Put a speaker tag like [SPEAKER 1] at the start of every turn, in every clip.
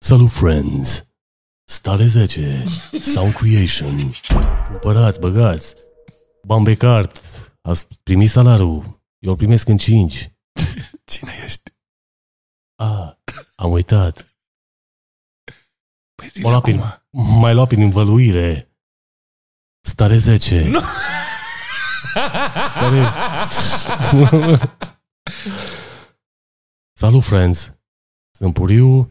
[SPEAKER 1] Salut, friends! Stare 10, Sound Creation, cumpărați, băgați, Bambecart, ați primit salarul, eu îl primesc în 5.
[SPEAKER 2] Cine ești?
[SPEAKER 1] A, am uitat,
[SPEAKER 2] Păi zi
[SPEAKER 1] Mă lua prin-
[SPEAKER 2] acum.
[SPEAKER 1] mai luat prin învăluire. Stare 10.
[SPEAKER 2] Nu!
[SPEAKER 1] Stare... Salut, friends! Sunt Puriu,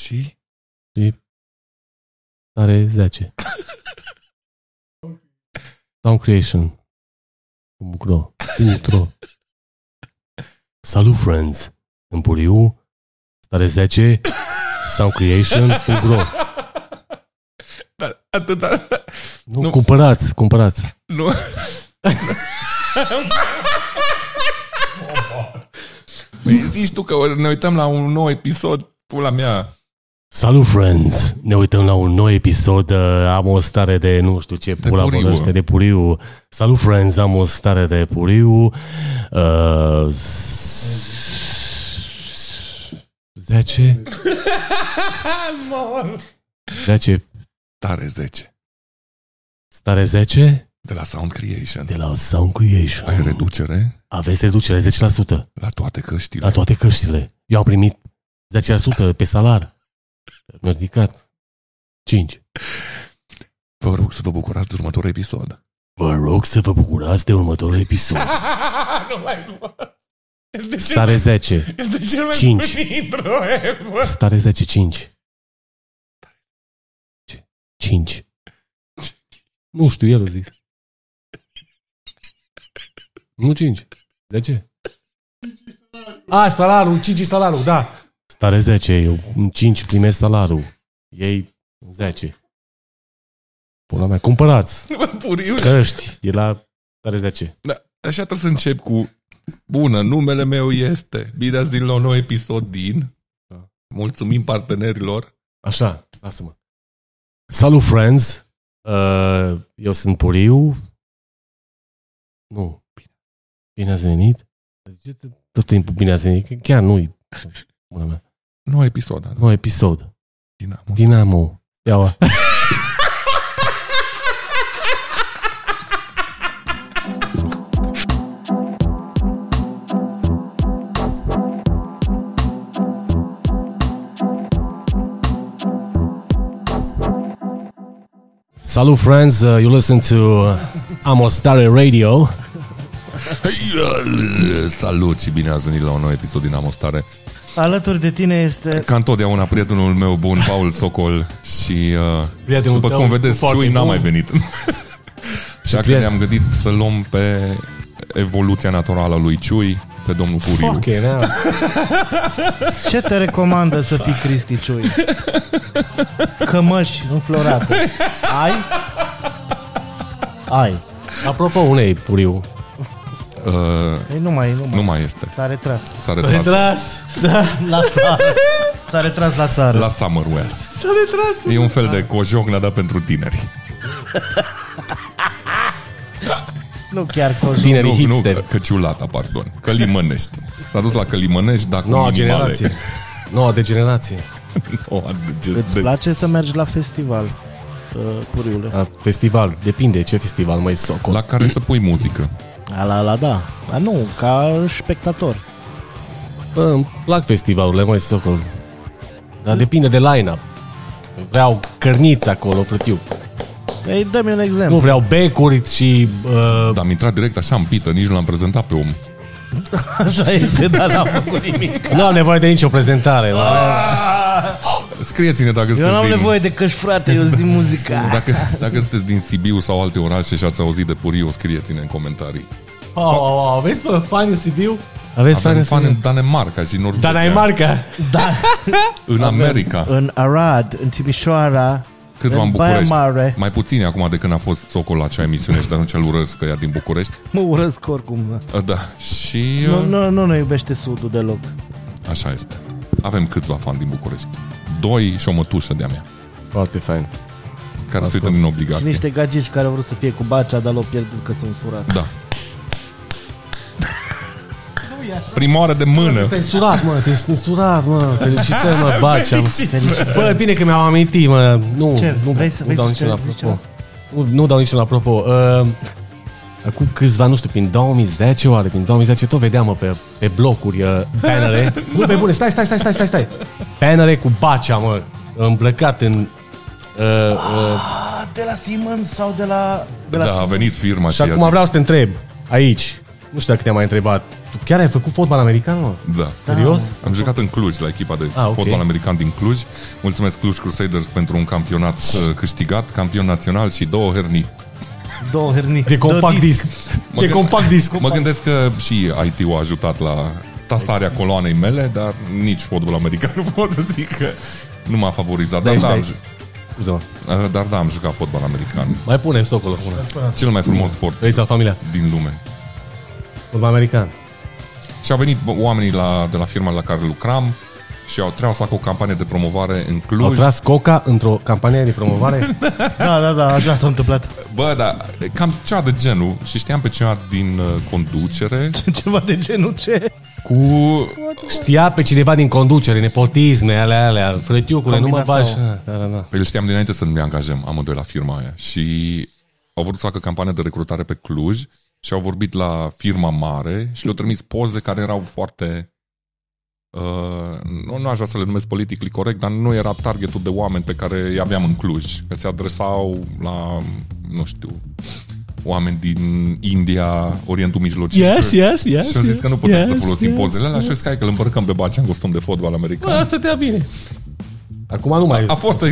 [SPEAKER 2] Și?
[SPEAKER 1] Stare 10. Sound Creation. Mucro. Mucro. Salut, friends! În Puriu, Stare 10, Sound Creation, Mucro.
[SPEAKER 2] Da, atâta.
[SPEAKER 1] Nu,
[SPEAKER 2] Nu.
[SPEAKER 1] nu. Cumpărați, cumpărați.
[SPEAKER 2] Nu. Păi zici tu că ne uităm la un nou episod, pula mea.
[SPEAKER 1] Salut, friends! Ne uităm la un nou episod. uh, Am o stare de nu știu ce pula
[SPEAKER 2] puriu.
[SPEAKER 1] vorbește de puriu. Salut, friends! Am o stare de puriu. Uh, s- 10? 10?
[SPEAKER 2] Tare 10.
[SPEAKER 1] Stare 10?
[SPEAKER 2] De la Sound Creation.
[SPEAKER 1] De la Sound
[SPEAKER 2] Ai
[SPEAKER 1] Creation.
[SPEAKER 2] reducere
[SPEAKER 1] Aveți reducere 10%
[SPEAKER 2] la toate căștile.
[SPEAKER 1] la toate căștile. Eu am primit 10% pe salar. Mi-a ridicat 5.
[SPEAKER 2] Vă rog să vă bucurați de următorul episod.
[SPEAKER 1] Vă rog să vă bucurați de următorul episod.
[SPEAKER 2] nu mai nu. Este cel,
[SPEAKER 1] Stare 10.
[SPEAKER 2] este cel mai
[SPEAKER 1] Cinci.
[SPEAKER 2] bun intro ever.
[SPEAKER 1] Stare 10, 5. 5. Nu știu, el a zis. Nu 5. De ce?
[SPEAKER 3] A, salarul, 5 salarul, da.
[SPEAKER 1] Stare 10, eu în 5 primesc salarul. Ei 10. Pula mea, cumpărați
[SPEAKER 2] Puriu.
[SPEAKER 1] căști de la stare 10.
[SPEAKER 2] Da, așa trebuie să încep cu Bună, numele meu este Bine ați din la un nou episod din
[SPEAKER 1] Da.
[SPEAKER 2] Mulțumim partenerilor
[SPEAKER 1] Așa, lasă-mă. Salut, friends! Uh, Eu sunt Puriu. Nu. Bine ați venit? De ce te- Tot timpul bine ați venit? Că Chiar nu-i. Bună mea.
[SPEAKER 2] Nou episod da, al
[SPEAKER 1] Nou episod.
[SPEAKER 2] Dinamo
[SPEAKER 1] Dinamo. Iaua. Salut, friends! Uh, you listen to Amostare Radio.
[SPEAKER 2] Salut și bine ați venit la un nou episod din Amostare
[SPEAKER 4] Alături de tine este...
[SPEAKER 2] Ca întotdeauna prietenul meu bun Paul Socol Și uh,
[SPEAKER 1] Prietenul
[SPEAKER 2] după
[SPEAKER 1] tău,
[SPEAKER 2] cum vedeți,
[SPEAKER 1] foarte
[SPEAKER 2] Ciui n-a
[SPEAKER 1] bun.
[SPEAKER 2] mai venit Așa că
[SPEAKER 1] prieten-
[SPEAKER 2] ne-am gândit să luăm pe evoluția naturală a lui Ciui Pe domnul Puriu
[SPEAKER 1] Fuck it, now.
[SPEAKER 4] Ce te recomandă să fii Cristi Ciui? Cămăși înflorate. Ai? Ai.
[SPEAKER 1] Apropo unei, Puriu.
[SPEAKER 2] uh,
[SPEAKER 4] Ei, nu mai, nu mai.
[SPEAKER 2] Nu mai este
[SPEAKER 4] S-a retras.
[SPEAKER 2] S-a retras
[SPEAKER 1] Retras!
[SPEAKER 4] La țară. S-a retras la țară.
[SPEAKER 2] la Summerwell
[SPEAKER 4] S-a retras.
[SPEAKER 2] E un fel de cojocna, dar pentru tineri.
[SPEAKER 4] Nu chiar cojul.
[SPEAKER 1] Tinerii
[SPEAKER 2] nu,
[SPEAKER 1] hipster.
[SPEAKER 2] nu, căciulata, pardon. Călimănești. S-a dus la Călimănești, dar cu
[SPEAKER 1] Noua
[SPEAKER 2] minimale.
[SPEAKER 1] generație. Noua de generație.
[SPEAKER 2] Noua de,
[SPEAKER 4] Îți
[SPEAKER 2] de,
[SPEAKER 4] place să mergi la festival, uh, puriule?
[SPEAKER 1] A, festival, depinde ce festival, mai socol.
[SPEAKER 2] la care să pui muzică.
[SPEAKER 4] A, la, la, da. Dar nu, ca spectator.
[SPEAKER 1] Bă, îmi plac festivalurile, mai socol. Dar depinde de line-up. Vreau cărniți acolo, frătiu.
[SPEAKER 4] Ei, dă-mi un exemplu.
[SPEAKER 1] Nu vreau becuri și... Uh,
[SPEAKER 2] Dar am intrat direct așa în pită, nici nu l-am prezentat pe om.
[SPEAKER 1] Da,
[SPEAKER 4] Așa este, dar n-am făcut nimic.
[SPEAKER 1] nu am nevoie de nicio prezentare. La...
[SPEAKER 2] Scrieți-ne dacă
[SPEAKER 4] Eu
[SPEAKER 2] sunteți
[SPEAKER 4] n-am
[SPEAKER 2] din...
[SPEAKER 4] nevoie de căști, frate, eu zic muzica.
[SPEAKER 2] Dacă, dacă sunteți din Sibiu sau alte orașe și ați auzit de Puriu, scrieți-ne în comentarii.
[SPEAKER 1] Oh, oh, oh, vezi, bă, fani în Sibiu? Aveți fani
[SPEAKER 2] Avem
[SPEAKER 1] în
[SPEAKER 2] fan
[SPEAKER 1] Sibiu?
[SPEAKER 2] în Danemarca și în Norvegia.
[SPEAKER 1] Dar n-ai marca.
[SPEAKER 2] În America.
[SPEAKER 4] În Arad, în Timișoara,
[SPEAKER 2] Câțiva în
[SPEAKER 4] în Baia
[SPEAKER 2] București.
[SPEAKER 4] Mare.
[SPEAKER 2] Mai puțini acum de când a fost Socol la acea emisiune și de atunci îl urăsc că ea din București.
[SPEAKER 4] mă urăsc oricum.
[SPEAKER 2] Uh, Da. Și... uh,
[SPEAKER 4] Nu, nu, nu ne iubește Sudul deloc.
[SPEAKER 2] Așa este. Avem câțiva fani din București. Doi și o mătușă de-a mea,
[SPEAKER 1] Foarte fain.
[SPEAKER 2] care se uită din
[SPEAKER 4] Și
[SPEAKER 2] obligație.
[SPEAKER 4] niște gagici care au vrut să fie cu bacea, dar l-au pierdut că sunt surat.
[SPEAKER 2] Da.
[SPEAKER 4] Nu e
[SPEAKER 2] Primoară de mână.
[SPEAKER 1] Te-ai surat, mă, te-ai surat, mă. Felicitări, mă, baci. Am... Bă, bine că mi-am amintit, mă. Nu,
[SPEAKER 4] Ce?
[SPEAKER 1] nu,
[SPEAKER 4] Vrei să-
[SPEAKER 1] nu
[SPEAKER 4] vrei
[SPEAKER 1] dau
[SPEAKER 4] să
[SPEAKER 1] niciun
[SPEAKER 4] zici
[SPEAKER 1] apropo. Nu, nu dau niciun apropo. Uh, acum câțiva, nu știu, prin 2010 oare, prin 2010 tot vedeam, mă, pe, pe blocuri, uh, bannere. nu, pe bune, stai, stai, stai, stai, stai, stai. Bannere cu bacea, mă, îmblăcat în... Uh, uh,
[SPEAKER 4] De la Siemens sau de la... De la
[SPEAKER 2] Da, a venit firma
[SPEAKER 1] și
[SPEAKER 2] aceea.
[SPEAKER 1] acum vreau să te întreb, aici, nu știu dacă te-am mai întrebat, tu chiar ai făcut fotbal american, mă?
[SPEAKER 2] Da.
[SPEAKER 1] Serios?
[SPEAKER 2] Am jucat în Cluj, la echipa de
[SPEAKER 1] Ah, ok.
[SPEAKER 2] fotbal american din Cluj. Mulțumesc Cluj Crusaders pentru un campionat uh, câștigat, campion național și două hernii.
[SPEAKER 4] Două hernii.
[SPEAKER 1] De compact
[SPEAKER 4] Două
[SPEAKER 1] disc. De
[SPEAKER 2] Mă gând-
[SPEAKER 1] compact disc.
[SPEAKER 2] Mă gândesc că și IT-ul a ajutat la
[SPEAKER 1] Exact.
[SPEAKER 2] tastarea coloanei mele, dar nici fotbal american nu pot să zic că nu m-a favorizat. Dar,
[SPEAKER 1] Deci,
[SPEAKER 2] da, am,
[SPEAKER 1] dai. Scuze-mă.
[SPEAKER 2] ju- uh, dar da, am jucat fotbal american.
[SPEAKER 1] Mai punem socolo una.
[SPEAKER 2] Cel mai frumos sport
[SPEAKER 1] Vezi la familia.
[SPEAKER 2] din lume.
[SPEAKER 1] Fotbal american.
[SPEAKER 2] Și au venit bă, oamenii la, de la firma la care lucram și au trebuit să facă o campanie de promovare în
[SPEAKER 1] Au
[SPEAKER 2] Cluj.
[SPEAKER 1] tras Coca într-o campanie de promovare.
[SPEAKER 4] Da, da, da, așa s-a întâmplat.
[SPEAKER 2] Bă, da, cam cea de genul. Și știam pe cineva din uh, conducere
[SPEAKER 4] Ceva de genul ce?
[SPEAKER 2] cu...
[SPEAKER 1] Știa pe cineva din conducere, nepotisme, alea, alea, frătiucule, nu mă
[SPEAKER 4] Combina
[SPEAKER 1] bași.
[SPEAKER 4] sau-
[SPEAKER 1] Da, da, da.
[SPEAKER 2] Păi Îl știam dinainte să ne angajăm amândoi la firma aia. Și au vrut să facă campanie de recrutare pe Cluj și au vorbit la firma mare și le-au trimis poze care erau foarte... Uh, nu, nu aș vrea să le numesc politically corect, dar nu era targetul de oameni pe care îi aveam în Cluj. Că se adresau la, nu știu, oameni din India, Orientul Mijlociu.
[SPEAKER 1] Yes, yes, yes,
[SPEAKER 2] Și au zis
[SPEAKER 1] yes,
[SPEAKER 2] că nu putem
[SPEAKER 1] yes,
[SPEAKER 2] să folosim
[SPEAKER 1] yes,
[SPEAKER 2] pozele alea și au zis că hai că îl îmbrăcăm pe Bacea în costum de fotbal american.
[SPEAKER 1] Asta te-a bine. Acum nu mai...
[SPEAKER 2] A fost...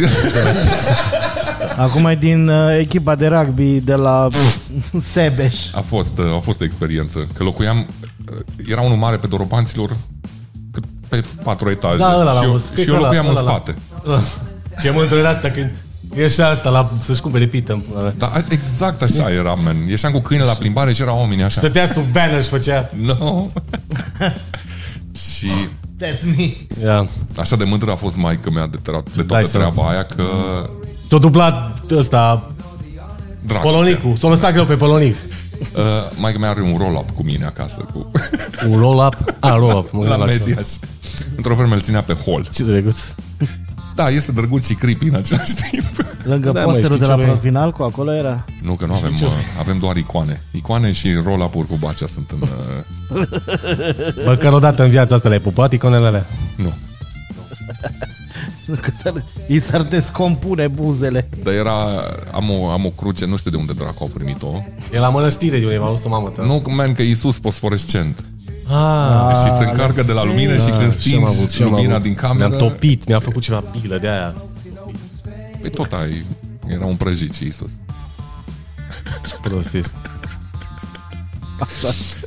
[SPEAKER 4] Acum e din uh, echipa de rugby de la Sebeș.
[SPEAKER 2] A fost, uh, a fost o experiență. Că locuiam, uh, era unul mare pe dorobanților, cât pe patru etaje.
[SPEAKER 1] Da, ăla
[SPEAKER 2] și
[SPEAKER 1] l-am
[SPEAKER 2] eu,
[SPEAKER 1] auzit.
[SPEAKER 2] și eu
[SPEAKER 1] Ăla,
[SPEAKER 2] locuiam
[SPEAKER 1] ăla,
[SPEAKER 2] în
[SPEAKER 1] ăla.
[SPEAKER 2] spate.
[SPEAKER 1] Ce mânturile astea când... E și asta, la, să-și cumpere pită.
[SPEAKER 2] Dar exact așa era, man. Ieșeam cu câine la plimbare și erau oameni așa.
[SPEAKER 1] Stătea sub banner și făcea...
[SPEAKER 2] No. și
[SPEAKER 4] That's me.
[SPEAKER 1] Yeah.
[SPEAKER 2] așa de mândră a fost maică mea de, tra- de
[SPEAKER 1] dai
[SPEAKER 2] toată
[SPEAKER 1] seama.
[SPEAKER 2] treaba aia că...
[SPEAKER 1] S-a duplat ăsta,
[SPEAKER 2] Drag,
[SPEAKER 1] Polonicul. S-a lăsat greu pe Polonic.
[SPEAKER 2] Uh, maica mea are un roll-up cu mine acasă, cu,
[SPEAKER 1] Un roll-up? A, roll-up. mă
[SPEAKER 2] la
[SPEAKER 1] gândeam altceva.
[SPEAKER 2] media. și- Într-o vreme îl ținea pe hol.
[SPEAKER 1] Ce drăguț.
[SPEAKER 2] Da, este drăguț și creepy în același timp.
[SPEAKER 4] Lângă
[SPEAKER 1] Da,
[SPEAKER 4] da,
[SPEAKER 1] mă,
[SPEAKER 4] posterul
[SPEAKER 1] știi
[SPEAKER 4] de la
[SPEAKER 1] ce vrei.
[SPEAKER 4] Profinal, cu acolo era.
[SPEAKER 2] Nu, că nu avem, mă, avem doar icoane. Icoane și roll-up-uri cu bacea sunt în... uh,
[SPEAKER 1] Măcar odată în viața asta le-ai pupat iconele alea.
[SPEAKER 2] nu.
[SPEAKER 4] Că s-ar- I s-ar descompune buzele.
[SPEAKER 2] Dar era... Am o, am o cruce, nu știu de unde dracu au primit-o.
[SPEAKER 1] E la mănăstire de undeva, nu sunt mamă
[SPEAKER 4] Da.
[SPEAKER 1] ta.
[SPEAKER 2] Nu, man, că Iisus fosforescent.
[SPEAKER 1] Ah,
[SPEAKER 2] și se încarcă
[SPEAKER 4] da.
[SPEAKER 2] de la lumină Da, și când stingi lumina din cameră...
[SPEAKER 1] Mi-am topit, mi-a făcut ceva pilă de aia.
[SPEAKER 2] Păi tot ai... Era un prăjit și Iisus.
[SPEAKER 1] Prost ești.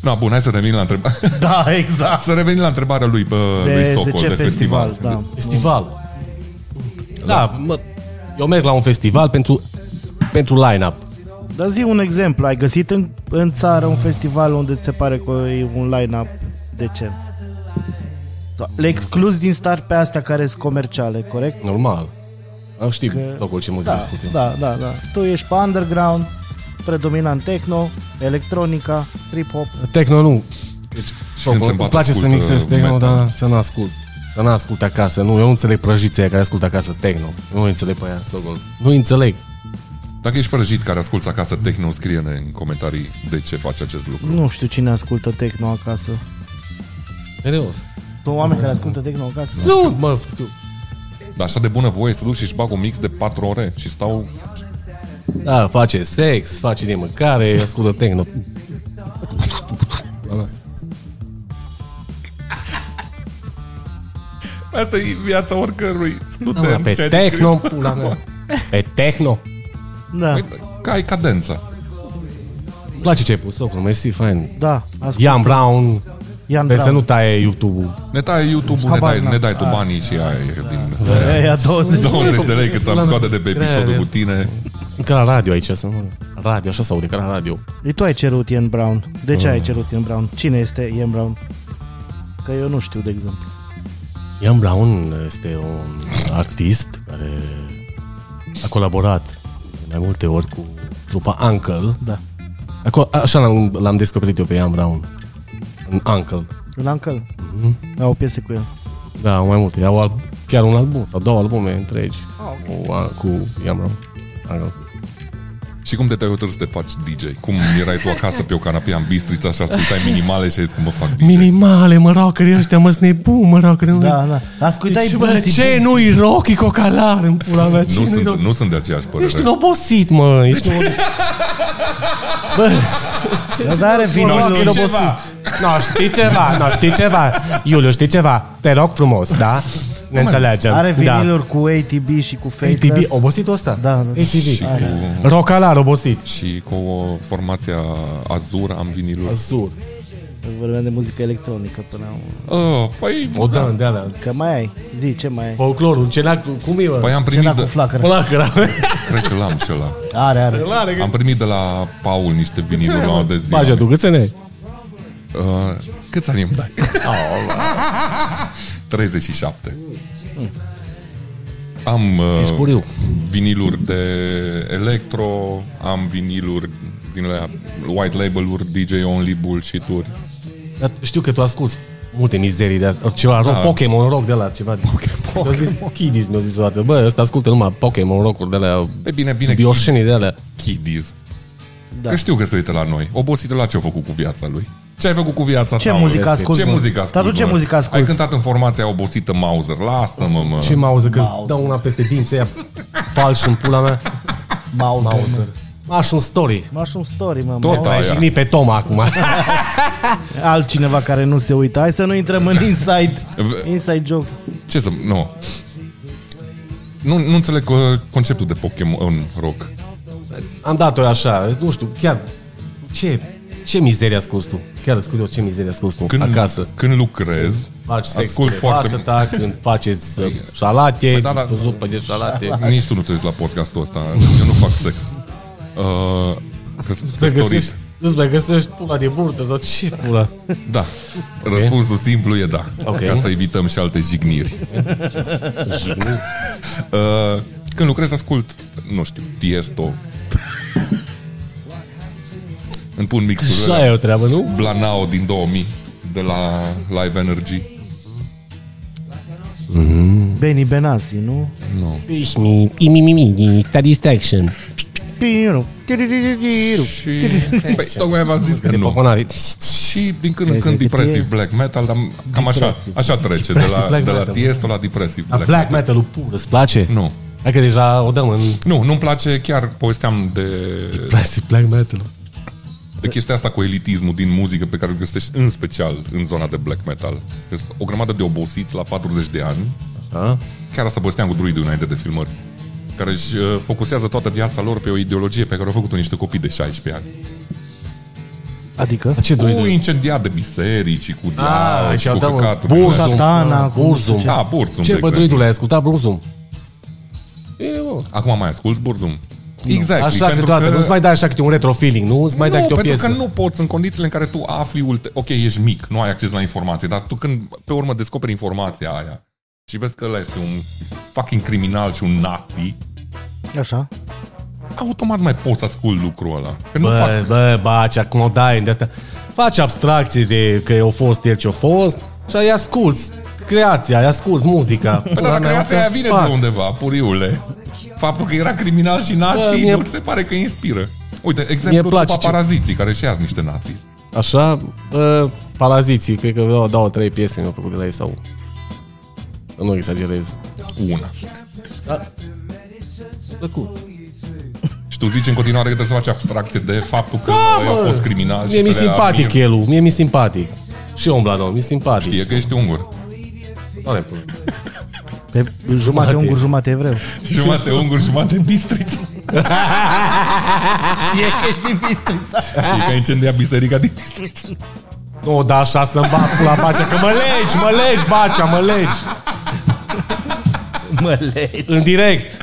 [SPEAKER 2] Na, bun, hai să revenim la întrebare.
[SPEAKER 4] Da, exact.
[SPEAKER 2] să revenim la întrebarea lui, bă,
[SPEAKER 4] De,
[SPEAKER 2] lui
[SPEAKER 4] de
[SPEAKER 2] Socol,
[SPEAKER 4] ce
[SPEAKER 2] de, festival.
[SPEAKER 4] festival? Da.
[SPEAKER 1] Festival. Da, mă, eu merg la un festival pentru, pentru line-up.
[SPEAKER 4] Dar zi un exemplu. Ai găsit în, în țară un festival unde ți se pare că e un line-up decent? Sau- Le exclus din start pe astea care sunt comerciale, corect?
[SPEAKER 1] Normal. Am știi că... locul ce muzică
[SPEAKER 4] Da,
[SPEAKER 1] ascultăm.
[SPEAKER 4] da, da, da. Tu ești pe underground, predominant techno, electronica, trip-hop.
[SPEAKER 1] Techno nu. Deci,
[SPEAKER 2] când se
[SPEAKER 1] Socol, îmi
[SPEAKER 2] împat
[SPEAKER 1] place să
[SPEAKER 2] ascult,
[SPEAKER 1] mixez
[SPEAKER 2] uh,
[SPEAKER 1] techno,
[SPEAKER 2] metal.
[SPEAKER 1] dar să nu ascult. Să nu ascult acasă. Nu, eu nu înțeleg prăjiții aia care ascultă acasă techno. Nu înțeleg pe aia, Socol. Nu înțeleg.
[SPEAKER 2] Dacă ești prăjit care asculti acasă Techno, scrie-ne în comentarii de ce faci acest lucru.
[SPEAKER 4] Nu știu cine ascultă techno acasă.
[SPEAKER 1] Serios.
[SPEAKER 4] Sunt oameni care ascultă techno acasă.
[SPEAKER 1] Nu, mă, frățiu.
[SPEAKER 2] Dar așa de bună voie să duc și-și bag un mix de 4 ore și stau
[SPEAKER 1] Da, face sex, face de mâncare, ascultă techno.
[SPEAKER 2] Asta e viața oricărui
[SPEAKER 1] Da, mă,
[SPEAKER 2] student.
[SPEAKER 1] pe
[SPEAKER 2] Ce ai
[SPEAKER 1] techno, pula mea. Pe techno.
[SPEAKER 4] Da,
[SPEAKER 2] de- Că Păi, ai cadența.
[SPEAKER 1] Îmi place ce ai pus, Socol, mersi, fain.
[SPEAKER 4] da, ascult.
[SPEAKER 1] Ian Brown,
[SPEAKER 4] Ian
[SPEAKER 1] pe să
[SPEAKER 4] Brown.
[SPEAKER 1] nu taie YouTube-ul.
[SPEAKER 2] Ne tai YouTube-ul, ne
[SPEAKER 4] Habar
[SPEAKER 2] dai,
[SPEAKER 4] n-am. Ah.
[SPEAKER 2] ne dai tu banii și ai din
[SPEAKER 4] Aia 20.
[SPEAKER 2] 20 de lei cât am scoate de pe episodul
[SPEAKER 1] Creierul.
[SPEAKER 2] cu tine.
[SPEAKER 1] Sunt ca la radio aici, să nu... Radio, așa se aude, ca la radio.
[SPEAKER 4] De tu ai cerut Ian Brown. De ce ai cerut Ian Brown? Cine este Ian Brown? Că eu nu știu, de exemplu.
[SPEAKER 1] Ian Brown este un artist care a colaborat de mai multe ori cu trupa Uncle.
[SPEAKER 4] Da.
[SPEAKER 1] Acolo, așa l-am, l-am descoperit eu pe Ian Brown. În Uncle.
[SPEAKER 4] În Uncle. Mm-hmm. Au piese cu el.
[SPEAKER 1] Da, au mai multe. Au al- chiar un album sau două albume întregi cu, a, cu Yamro.
[SPEAKER 2] Și cum te te-ai hotărât să te faci DJ? Cum erai tu acasă pe o canapea în bistrița și ascultai minimale și ai zis cum mă fac DJ?
[SPEAKER 1] Minimale, mă rockerii ăștia, mă nebun, mă rockerii.
[SPEAKER 4] Da, da. Ascultai
[SPEAKER 1] Deci, bă,
[SPEAKER 4] Bounty
[SPEAKER 1] ce
[SPEAKER 4] Boy.
[SPEAKER 1] nu-i Rocky Cocalar în pula mea? Ce
[SPEAKER 2] Nu
[SPEAKER 1] nu-i
[SPEAKER 2] sunt,
[SPEAKER 1] Rocky?
[SPEAKER 2] nu sunt de aceeași
[SPEAKER 1] Ești un
[SPEAKER 2] părere.
[SPEAKER 1] obosit, mă. Ești un...
[SPEAKER 4] Deci-
[SPEAKER 1] Bă,
[SPEAKER 4] Dar are vinilul.
[SPEAKER 1] ești
[SPEAKER 2] ceva.
[SPEAKER 1] No, știi ceva, no, știi ceva. Iuliu, știi ceva? Te rog frumos, da? Ne înțelegem.
[SPEAKER 4] Are
[SPEAKER 1] da.
[SPEAKER 4] viniluri cu ATB și cu
[SPEAKER 1] ATB,
[SPEAKER 4] Fateless.
[SPEAKER 1] obositul ăsta?
[SPEAKER 4] Da, da.
[SPEAKER 2] Și
[SPEAKER 1] ATB.
[SPEAKER 2] cu,
[SPEAKER 1] Rocalar, obosit.
[SPEAKER 2] și cu o formația Azur am vinilul.
[SPEAKER 1] Azur.
[SPEAKER 4] Vorbeam de muzică electronică până acum.
[SPEAKER 2] Oh, păi,
[SPEAKER 1] O da, de alea.
[SPEAKER 4] Că mai ai. Zi, ce mai ai?
[SPEAKER 1] Folclorul, ce n-a- cum e,
[SPEAKER 2] păi
[SPEAKER 1] mă?
[SPEAKER 2] am
[SPEAKER 4] Ce
[SPEAKER 2] primit,
[SPEAKER 4] cu
[SPEAKER 2] de,
[SPEAKER 4] flacără?
[SPEAKER 1] Placăra.
[SPEAKER 2] cred că l-am și ăla.
[SPEAKER 4] Are, are.
[SPEAKER 2] Am primit de la Paul niște viniluri la un de zi.
[SPEAKER 1] Pagea, tu câțene?
[SPEAKER 2] Uh, câți ani îmi dai? 37.
[SPEAKER 4] Mm.
[SPEAKER 2] Am uh,
[SPEAKER 1] puriu.
[SPEAKER 2] viniluri de electro, am viniluri din alea white label-uri, DJ only bullshit-uri.
[SPEAKER 1] Dar știu că tu asculti multe mizerii de ceva
[SPEAKER 2] Da.
[SPEAKER 1] rock, Pokémon rock de la ceva. Pokémon. Mi-a zis, Kidis mi-a zis o dată, bă, ăsta ascultă numai Pokémon rock-uri de la
[SPEAKER 2] E bine, bine,
[SPEAKER 1] bioșenii de alea.
[SPEAKER 2] kiddies. Da.
[SPEAKER 4] Da.
[SPEAKER 2] Că știu că se uită la noi. Obosit la ce a făcut cu viața lui. Ce ai făcut cu viața
[SPEAKER 4] Ce
[SPEAKER 2] ta? mă,
[SPEAKER 4] muzică
[SPEAKER 2] respect?
[SPEAKER 4] asculti,
[SPEAKER 2] Ce
[SPEAKER 4] mă?
[SPEAKER 2] muzică asculti?
[SPEAKER 4] Dar tu ce
[SPEAKER 2] mă?
[SPEAKER 4] muzică asculti?
[SPEAKER 2] Ai cântat în formația obosită Mauser. Lasă-mă, mă.
[SPEAKER 1] Ce mauză, că îți dau una peste dinți aia falși în pula mea.
[SPEAKER 4] Mauser.
[SPEAKER 1] Mauză. Aș un story.
[SPEAKER 4] Mă un story, mă.
[SPEAKER 2] Tot
[SPEAKER 4] mă.
[SPEAKER 2] aia.
[SPEAKER 1] Ai jignit pe Toma acum.
[SPEAKER 4] Altcineva care nu se uită. Hai să nu intrăm în inside,
[SPEAKER 2] V-
[SPEAKER 4] inside jokes.
[SPEAKER 2] Ce să... Nu. Nu, nu înțeleg uh, conceptul de Pokémon rock.
[SPEAKER 1] Am dat-o așa, nu știu, chiar ce, ce mizerie asculti tu? Chiar îți curios ce mizerie asculti tu
[SPEAKER 2] Când,
[SPEAKER 1] acasă.
[SPEAKER 2] Când lucrez,
[SPEAKER 1] Faci sex cu
[SPEAKER 2] ascult foarte...
[SPEAKER 1] nevastă
[SPEAKER 2] mult.
[SPEAKER 1] ta,
[SPEAKER 2] Păi,
[SPEAKER 1] când faceți uh, șalate,
[SPEAKER 2] da, da.
[SPEAKER 1] zupă păi de șalate.
[SPEAKER 2] Nici tu nu te uiți la podcastul ăsta. Eu nu fac sex. Uh, că- că
[SPEAKER 1] Te
[SPEAKER 2] stories-
[SPEAKER 1] găsești, nu-ți mai găsești pula de burtă sau ce pula?
[SPEAKER 2] Da. Răspunsul simplu e da.
[SPEAKER 1] Ok.
[SPEAKER 2] Ca să evităm și alte jigniri. Uh, Când lucrez, ascult, nu știu, Tiesto. Îmi pun
[SPEAKER 1] Așa
[SPEAKER 2] mixurile alea.
[SPEAKER 1] e o treabă, nu?
[SPEAKER 2] Blanao din 2000 de la Live Energy.
[SPEAKER 4] Benny Benassi, nu?
[SPEAKER 1] Imi, imi, imi, satisfaction.
[SPEAKER 4] Piru, tiririru.
[SPEAKER 2] Și... Păi, tocmai v-am zis că nu.
[SPEAKER 1] Poponare.
[SPEAKER 2] Și din când în
[SPEAKER 4] Vezi,
[SPEAKER 2] când
[SPEAKER 4] vezi că
[SPEAKER 2] depressive
[SPEAKER 4] e-
[SPEAKER 2] black metal, dar cam așa, așa trece, de
[SPEAKER 1] Depressive
[SPEAKER 2] la,
[SPEAKER 1] black
[SPEAKER 2] de la
[SPEAKER 1] metal.
[SPEAKER 2] Tiesto la depressive
[SPEAKER 1] A
[SPEAKER 2] black,
[SPEAKER 1] black metal-ul pur, îți place?
[SPEAKER 2] Nu.
[SPEAKER 1] Hai că deja o dăm în...
[SPEAKER 2] Nu, nu-mi place chiar povesteam de,
[SPEAKER 1] Classic black metal.
[SPEAKER 2] de chestia asta cu elitismul din muzică pe care o găsești în special în zona de black metal. Este o grămadă de obosit la 40 de ani,
[SPEAKER 1] Da?
[SPEAKER 2] chiar asta povesteam cu druidul înainte de filmări, care își uh, focusează toată viața lor pe o ideologie pe care au făcut-o niște copii de 16 ani.
[SPEAKER 4] Adică?
[SPEAKER 1] Dar ce doi
[SPEAKER 2] Cu
[SPEAKER 1] de...
[SPEAKER 2] incendiat de biserici, cu diaul,
[SPEAKER 1] Ah,
[SPEAKER 2] și
[SPEAKER 1] și
[SPEAKER 2] cu
[SPEAKER 1] au dat mă,
[SPEAKER 2] da, căcatul.
[SPEAKER 1] Burzum.
[SPEAKER 4] Satana,
[SPEAKER 1] mă,
[SPEAKER 4] cu-
[SPEAKER 1] Burzum.
[SPEAKER 2] Da, Burzum,
[SPEAKER 1] Ce
[SPEAKER 2] de
[SPEAKER 1] bă,
[SPEAKER 2] exemplu.
[SPEAKER 1] druidule, ai ascultat Burzum?
[SPEAKER 2] Acum mai ascult Burzum? Exact.
[SPEAKER 1] Așa că toată, nu-ți mai dai așa câte un retro feeling, nu? Îți mai dai
[SPEAKER 2] nu,
[SPEAKER 1] câte o
[SPEAKER 2] pentru
[SPEAKER 1] piesă.
[SPEAKER 2] că nu poți în condițiile în care tu afli ulte... Ok, ești mic, nu ai acces la informație, dar tu când pe urmă descoperi informația aia și vezi că ăla este un fucking criminal și un nati,
[SPEAKER 4] Așa.
[SPEAKER 2] automat mai poți să ascult lucrul ăla. Că nu fac...
[SPEAKER 1] Bă, bă, baci, acum dai de asta. Faci abstracții de că au fost el ce-au fost și ai asculți creația, ai asculți muzica.
[SPEAKER 2] Păi da, dar creația aia vine de undeva, puriule. Faptul că era criminal și
[SPEAKER 1] Bă,
[SPEAKER 2] nații,
[SPEAKER 1] mie-
[SPEAKER 2] nu se pare că inspiră. Uite, exemplu
[SPEAKER 1] place
[SPEAKER 2] după
[SPEAKER 1] ce-
[SPEAKER 2] paraziții, care și azi niște nații.
[SPEAKER 1] Așa, bă, paraziții, cred că dau, dau trei piese mi-au făcut de la ei sau... Să nu exagerez.
[SPEAKER 2] Una.
[SPEAKER 1] Plăcut.
[SPEAKER 2] Și tu zici în continuare că trebuie să faci abstracție de faptul că ei au
[SPEAKER 1] bă,
[SPEAKER 2] fost criminali
[SPEAKER 1] Da, Mie
[SPEAKER 2] și
[SPEAKER 1] mi
[SPEAKER 2] să le
[SPEAKER 1] simpatic
[SPEAKER 2] admiri.
[SPEAKER 1] el, mie mi simpatic. Și eu umbla, mi simpatic.
[SPEAKER 2] E că ești ungur.
[SPEAKER 1] Doamne, pula.
[SPEAKER 4] Pe jumate ungur, jumate evreu.
[SPEAKER 2] Jumate ungur, jumate bistriț. Știe
[SPEAKER 4] E că ești din Bistrița.
[SPEAKER 2] că a incendiat biserica din bistriț.
[SPEAKER 1] Nu, da, așa să-mi bat pula bacea, că mă legi, mă legi, bacea, mă legi.
[SPEAKER 4] Mă lei.
[SPEAKER 1] În direct.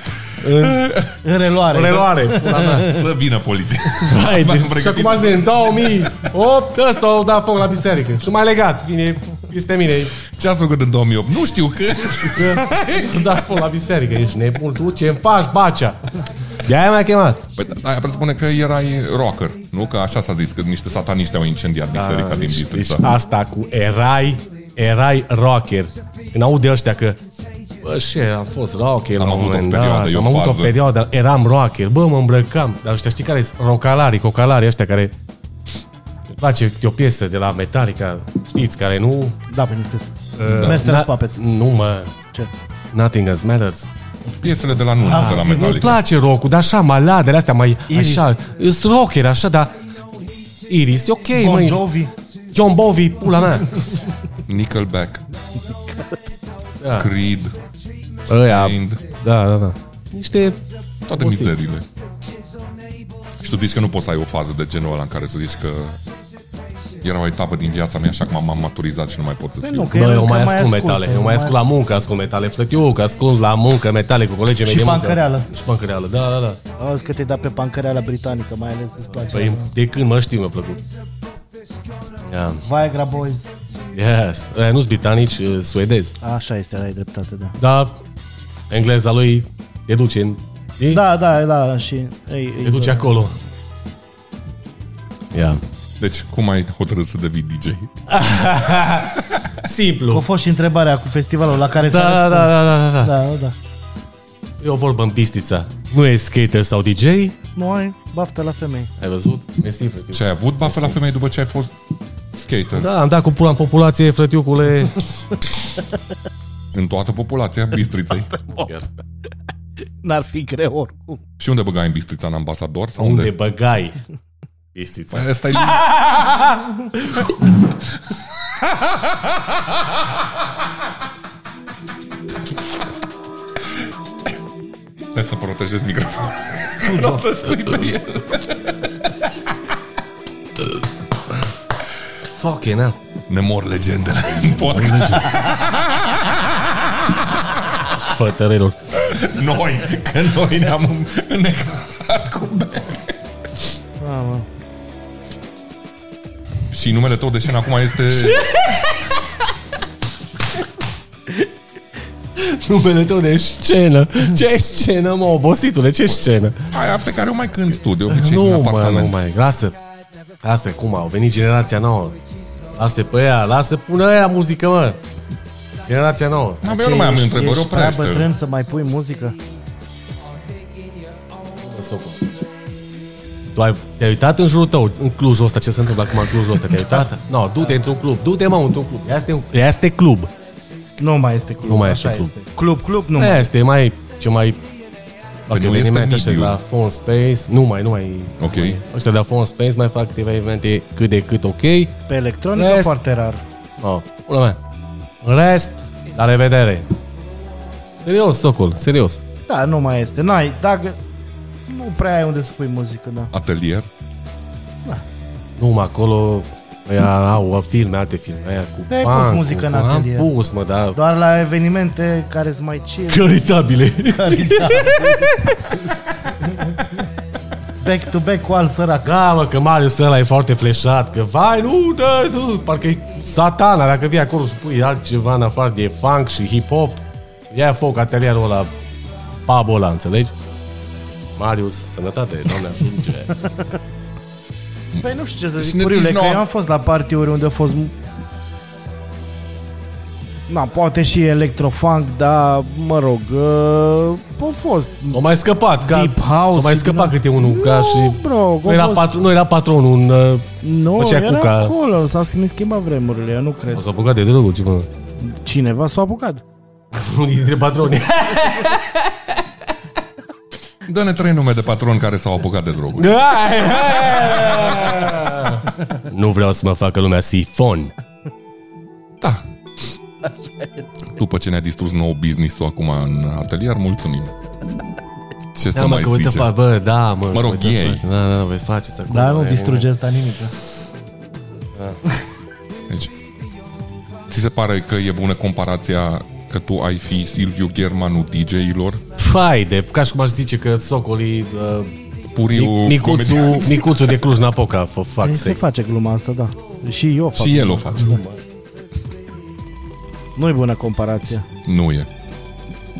[SPEAKER 4] În reloare.
[SPEAKER 1] În reloare.
[SPEAKER 2] Da,
[SPEAKER 1] Pula mea.
[SPEAKER 2] Să vină poliția.
[SPEAKER 1] Hai,
[SPEAKER 2] M-am
[SPEAKER 1] deci, și
[SPEAKER 2] pregătit.
[SPEAKER 1] acum zi, în 2008, ăsta o da foc la biserică. Și mai legat, vine, este mine,
[SPEAKER 2] Ce ați făcut în 2008? Nu știu că...
[SPEAKER 1] că o da foc la biserică. Ești nebun, tu ce faci, bacea? De-aia m-a chemat.
[SPEAKER 2] Păi, ai presupune că erai rocker, nu? Că așa s-a zis, că niște sataniști au incendiat biserica din Bistrița.
[SPEAKER 1] Asta cu erai, erai rocker. Când aud de ăștia că Bă, ce, am fost rocker
[SPEAKER 2] Am
[SPEAKER 1] la un
[SPEAKER 2] avut o
[SPEAKER 1] moment
[SPEAKER 2] perioadă,
[SPEAKER 1] dat,
[SPEAKER 2] e o
[SPEAKER 1] am avut o
[SPEAKER 2] fază.
[SPEAKER 1] perioadă, eram rocker, bă, mă îmbrăcam. Dar ăștia știi care sunt? Rocalarii, cocalarii ăștia care... Îmi place o piesă de la Metallica, știți, care nu...
[SPEAKER 4] Da, bineînțeles.
[SPEAKER 1] Uh,
[SPEAKER 4] Da. Master of Puppets.
[SPEAKER 1] Nu, mă,
[SPEAKER 4] Ce?
[SPEAKER 1] Nothing Else Matters.
[SPEAKER 2] Piesele de la nuntă, de la
[SPEAKER 1] Îmi
[SPEAKER 2] Metallica.
[SPEAKER 1] place rock dar așa, maladele astea mai...
[SPEAKER 4] Iris.
[SPEAKER 1] Așa, sunt rocker, așa, dar... Iris, e ok,
[SPEAKER 4] Bon
[SPEAKER 1] măi.
[SPEAKER 4] Jovi.
[SPEAKER 1] John Bovi, pula mea.
[SPEAKER 2] Nickelback.
[SPEAKER 1] Da.
[SPEAKER 2] Creed.
[SPEAKER 1] Ăia,
[SPEAKER 2] Stained.
[SPEAKER 1] da, da, da. Niște...
[SPEAKER 2] Toate
[SPEAKER 1] Obosiți.
[SPEAKER 2] mizerile. Și tu zici că nu poți să ai o fază de genul ăla în care să zici că era o etapă din viața mea, așa că m-am maturizat și nu mai pot să
[SPEAKER 4] Păi
[SPEAKER 2] fiu.
[SPEAKER 4] nu, că
[SPEAKER 1] Bă,
[SPEAKER 4] el
[SPEAKER 1] eu
[SPEAKER 4] încă
[SPEAKER 1] mai ascult metale,
[SPEAKER 4] ascultă,
[SPEAKER 1] eu mai ascult la muncă, ascult metale, flătiuc, ascult la muncă metale cu colegii mei
[SPEAKER 4] Și
[SPEAKER 1] de muncă.
[SPEAKER 4] pancăreală.
[SPEAKER 1] Și pancăreală, da, da, da.
[SPEAKER 4] Auzi că te da pe pancăreala britanică, mai ales îți place.
[SPEAKER 1] Păi de când mă știu mi-a plăcut. Yeah.
[SPEAKER 4] Viagra Boys.
[SPEAKER 1] Yes. Ăia nu-s britanici, eh, suedezi.
[SPEAKER 4] Așa este, ai dreptate, da.
[SPEAKER 1] Dar engleza lui te duce în... știi?
[SPEAKER 4] Da, da, da, și... Ei,
[SPEAKER 1] Te duce acolo. Yeah.
[SPEAKER 2] Deci, cum ai hotărât să devii DJ?
[SPEAKER 4] A
[SPEAKER 1] Simplu.
[SPEAKER 4] fost și întrebarea cu festivalul la care s-a
[SPEAKER 1] Da, da,
[SPEAKER 4] răspuns.
[SPEAKER 1] da, da, da, da.
[SPEAKER 4] da, da.
[SPEAKER 1] E o vorbă în pistița. Nu e skater sau DJ? Ai
[SPEAKER 4] Nu ai baftă la femei.
[SPEAKER 1] văzut? Mersi, frătiu.
[SPEAKER 2] Ce ai avut bafă la femei după ce ai fost skater?
[SPEAKER 1] Da, am dat cu pula în populație, frătiucule.
[SPEAKER 2] În toată populația Bistriței.
[SPEAKER 4] N-ar fi greu oricum.
[SPEAKER 2] și unde băgai în Bistrița? În ambasador? Sau unde?
[SPEAKER 1] Unde băgai? Pistița.
[SPEAKER 2] Păi asta e Trebuie să protejezi microfonul. nu o să scui pe el.
[SPEAKER 1] Fucking hell.
[SPEAKER 2] Ne mor legendele în podcast.
[SPEAKER 1] Fătărelor.
[SPEAKER 2] Noi, că noi ne-am înnecat cu bere.
[SPEAKER 4] Da, mă.
[SPEAKER 2] Și numele tău de scenă acum este...
[SPEAKER 1] Numele tău de scenă. Ce scenă, mă, obositule, ce scenă?
[SPEAKER 2] Aia pe care o mai cânt tu, de obicei, în
[SPEAKER 1] nu, mă,
[SPEAKER 2] apartament.
[SPEAKER 1] nu mai. Lasă. Lasă, cum au venit generația nouă. Lasă pe ea, lasă, pune aia muzică, mă. Generația nouă.
[SPEAKER 2] N-am- Eu nu mai am
[SPEAKER 4] ești-
[SPEAKER 2] întrebări,
[SPEAKER 4] ești prea
[SPEAKER 2] oprește
[SPEAKER 4] bătrân să mai pui muzică?
[SPEAKER 1] Socol. Tu ai, te-ai uitat în jurul tău, în Clujul ăsta, ce se întâmplă acum în Clujul ăsta, te-ai uitat? No, du-te într-un club, du-te mă într-un club, Ia este, un- ia este club.
[SPEAKER 4] Nu mai este club.
[SPEAKER 1] Nu mai
[SPEAKER 4] așa
[SPEAKER 1] este club. Eh.
[SPEAKER 4] Este. Club, club, nu mai.
[SPEAKER 1] Aia este mai, ce mai... Fac
[SPEAKER 2] nu este
[SPEAKER 1] evenimente ăștia de
[SPEAKER 2] mediu.
[SPEAKER 1] la Phone Space, nu mai, nu mai...
[SPEAKER 2] Ok.
[SPEAKER 1] Ăștia de la Phone Space mai fac câteva evenimente cât de cât ok.
[SPEAKER 4] Pe electronică
[SPEAKER 1] Rest.
[SPEAKER 4] foarte rar.
[SPEAKER 1] No, pula mea. În rest, la revedere. Serios, Socol, serios.
[SPEAKER 4] Da, nu mai este. N-ai, dacă... Nu prea ai unde să pui muzică, da.
[SPEAKER 2] Atelier.
[SPEAKER 1] Nu, mă, acolo ăia au filme, alte filme, aia cu
[SPEAKER 4] Te-ai pus
[SPEAKER 1] bancul,
[SPEAKER 4] muzică în
[SPEAKER 1] cu-
[SPEAKER 4] atelier.
[SPEAKER 1] Am pus, mă, dar
[SPEAKER 4] Doar la evenimente care sunt mai chill.
[SPEAKER 1] Caritabile.
[SPEAKER 4] Back to back cu al sărac.
[SPEAKER 1] Da, mă, că Marius ăla e foarte fleșat, că vai, nu, da, nu, parcă e satana, dacă vii acolo și pui altceva în afară de funk și hip-hop, ia foc atelierul ăla, pubul ăla, înțelegi? Marius, sănătate, doamne ajunge.
[SPEAKER 4] Păi nu știu ce să
[SPEAKER 2] Și ne
[SPEAKER 4] zic, Curile,
[SPEAKER 2] zici
[SPEAKER 4] că
[SPEAKER 2] nouă.
[SPEAKER 4] eu am fost la partiuri unde a fost... Na, poate și electrofunk, dar, mă rog, uh, a fost...
[SPEAKER 1] O mai scăpat, ca,
[SPEAKER 4] Deep house
[SPEAKER 1] s-o mai
[SPEAKER 4] și din
[SPEAKER 1] scăpat
[SPEAKER 4] asta.
[SPEAKER 1] câte unul, ca
[SPEAKER 4] Nu,
[SPEAKER 1] și...
[SPEAKER 4] bro,
[SPEAKER 1] nu,
[SPEAKER 4] a
[SPEAKER 1] era
[SPEAKER 4] fost-
[SPEAKER 1] patru, nu era patronul, un... uh,
[SPEAKER 4] Nu,
[SPEAKER 1] Făcea
[SPEAKER 4] era
[SPEAKER 1] cuca.
[SPEAKER 4] acolo, s-au schimbat, schimbat vremurile, eu nu
[SPEAKER 1] O
[SPEAKER 4] cred.
[SPEAKER 1] să apucat de drogul, ce mă...
[SPEAKER 4] Cineva s-a apucat.
[SPEAKER 2] Da,
[SPEAKER 1] Unii dintre patroni.
[SPEAKER 2] Dă-ne trei nume de patroni care s-au apucat de droguri.
[SPEAKER 1] nu vreau să mă facă lumea sifon.
[SPEAKER 2] Da. După ce ne-a distrus nou business-ul acum în atelier, mulțumim. Ce
[SPEAKER 1] Da,
[SPEAKER 2] să
[SPEAKER 1] mă,
[SPEAKER 2] mai
[SPEAKER 1] că uite,
[SPEAKER 2] zice?
[SPEAKER 1] fa, bă, da, mă.
[SPEAKER 2] Mă rog,
[SPEAKER 1] uite,
[SPEAKER 2] ei.
[SPEAKER 1] fac, Da, da, da, voi faceți acum.
[SPEAKER 4] Dar nu
[SPEAKER 1] bă,
[SPEAKER 4] distruge asta nimic.
[SPEAKER 2] Deci, ți se pare că e bună comparația că tu ai fi Silviu Germanu DJ-ilor?
[SPEAKER 1] e- Fai de, ca și cum aș zice că Socolii... Uh,
[SPEAKER 2] Puriu,
[SPEAKER 1] Nic- Nicuțu,
[SPEAKER 2] comedian.
[SPEAKER 1] Nicuțu de Cluj-Napoca, for fuck's
[SPEAKER 4] Se
[SPEAKER 1] sake.
[SPEAKER 4] face gluma asta, da. Și eu fac.
[SPEAKER 2] Și el o face.
[SPEAKER 4] Nu-i bună comparația.
[SPEAKER 2] Nu e.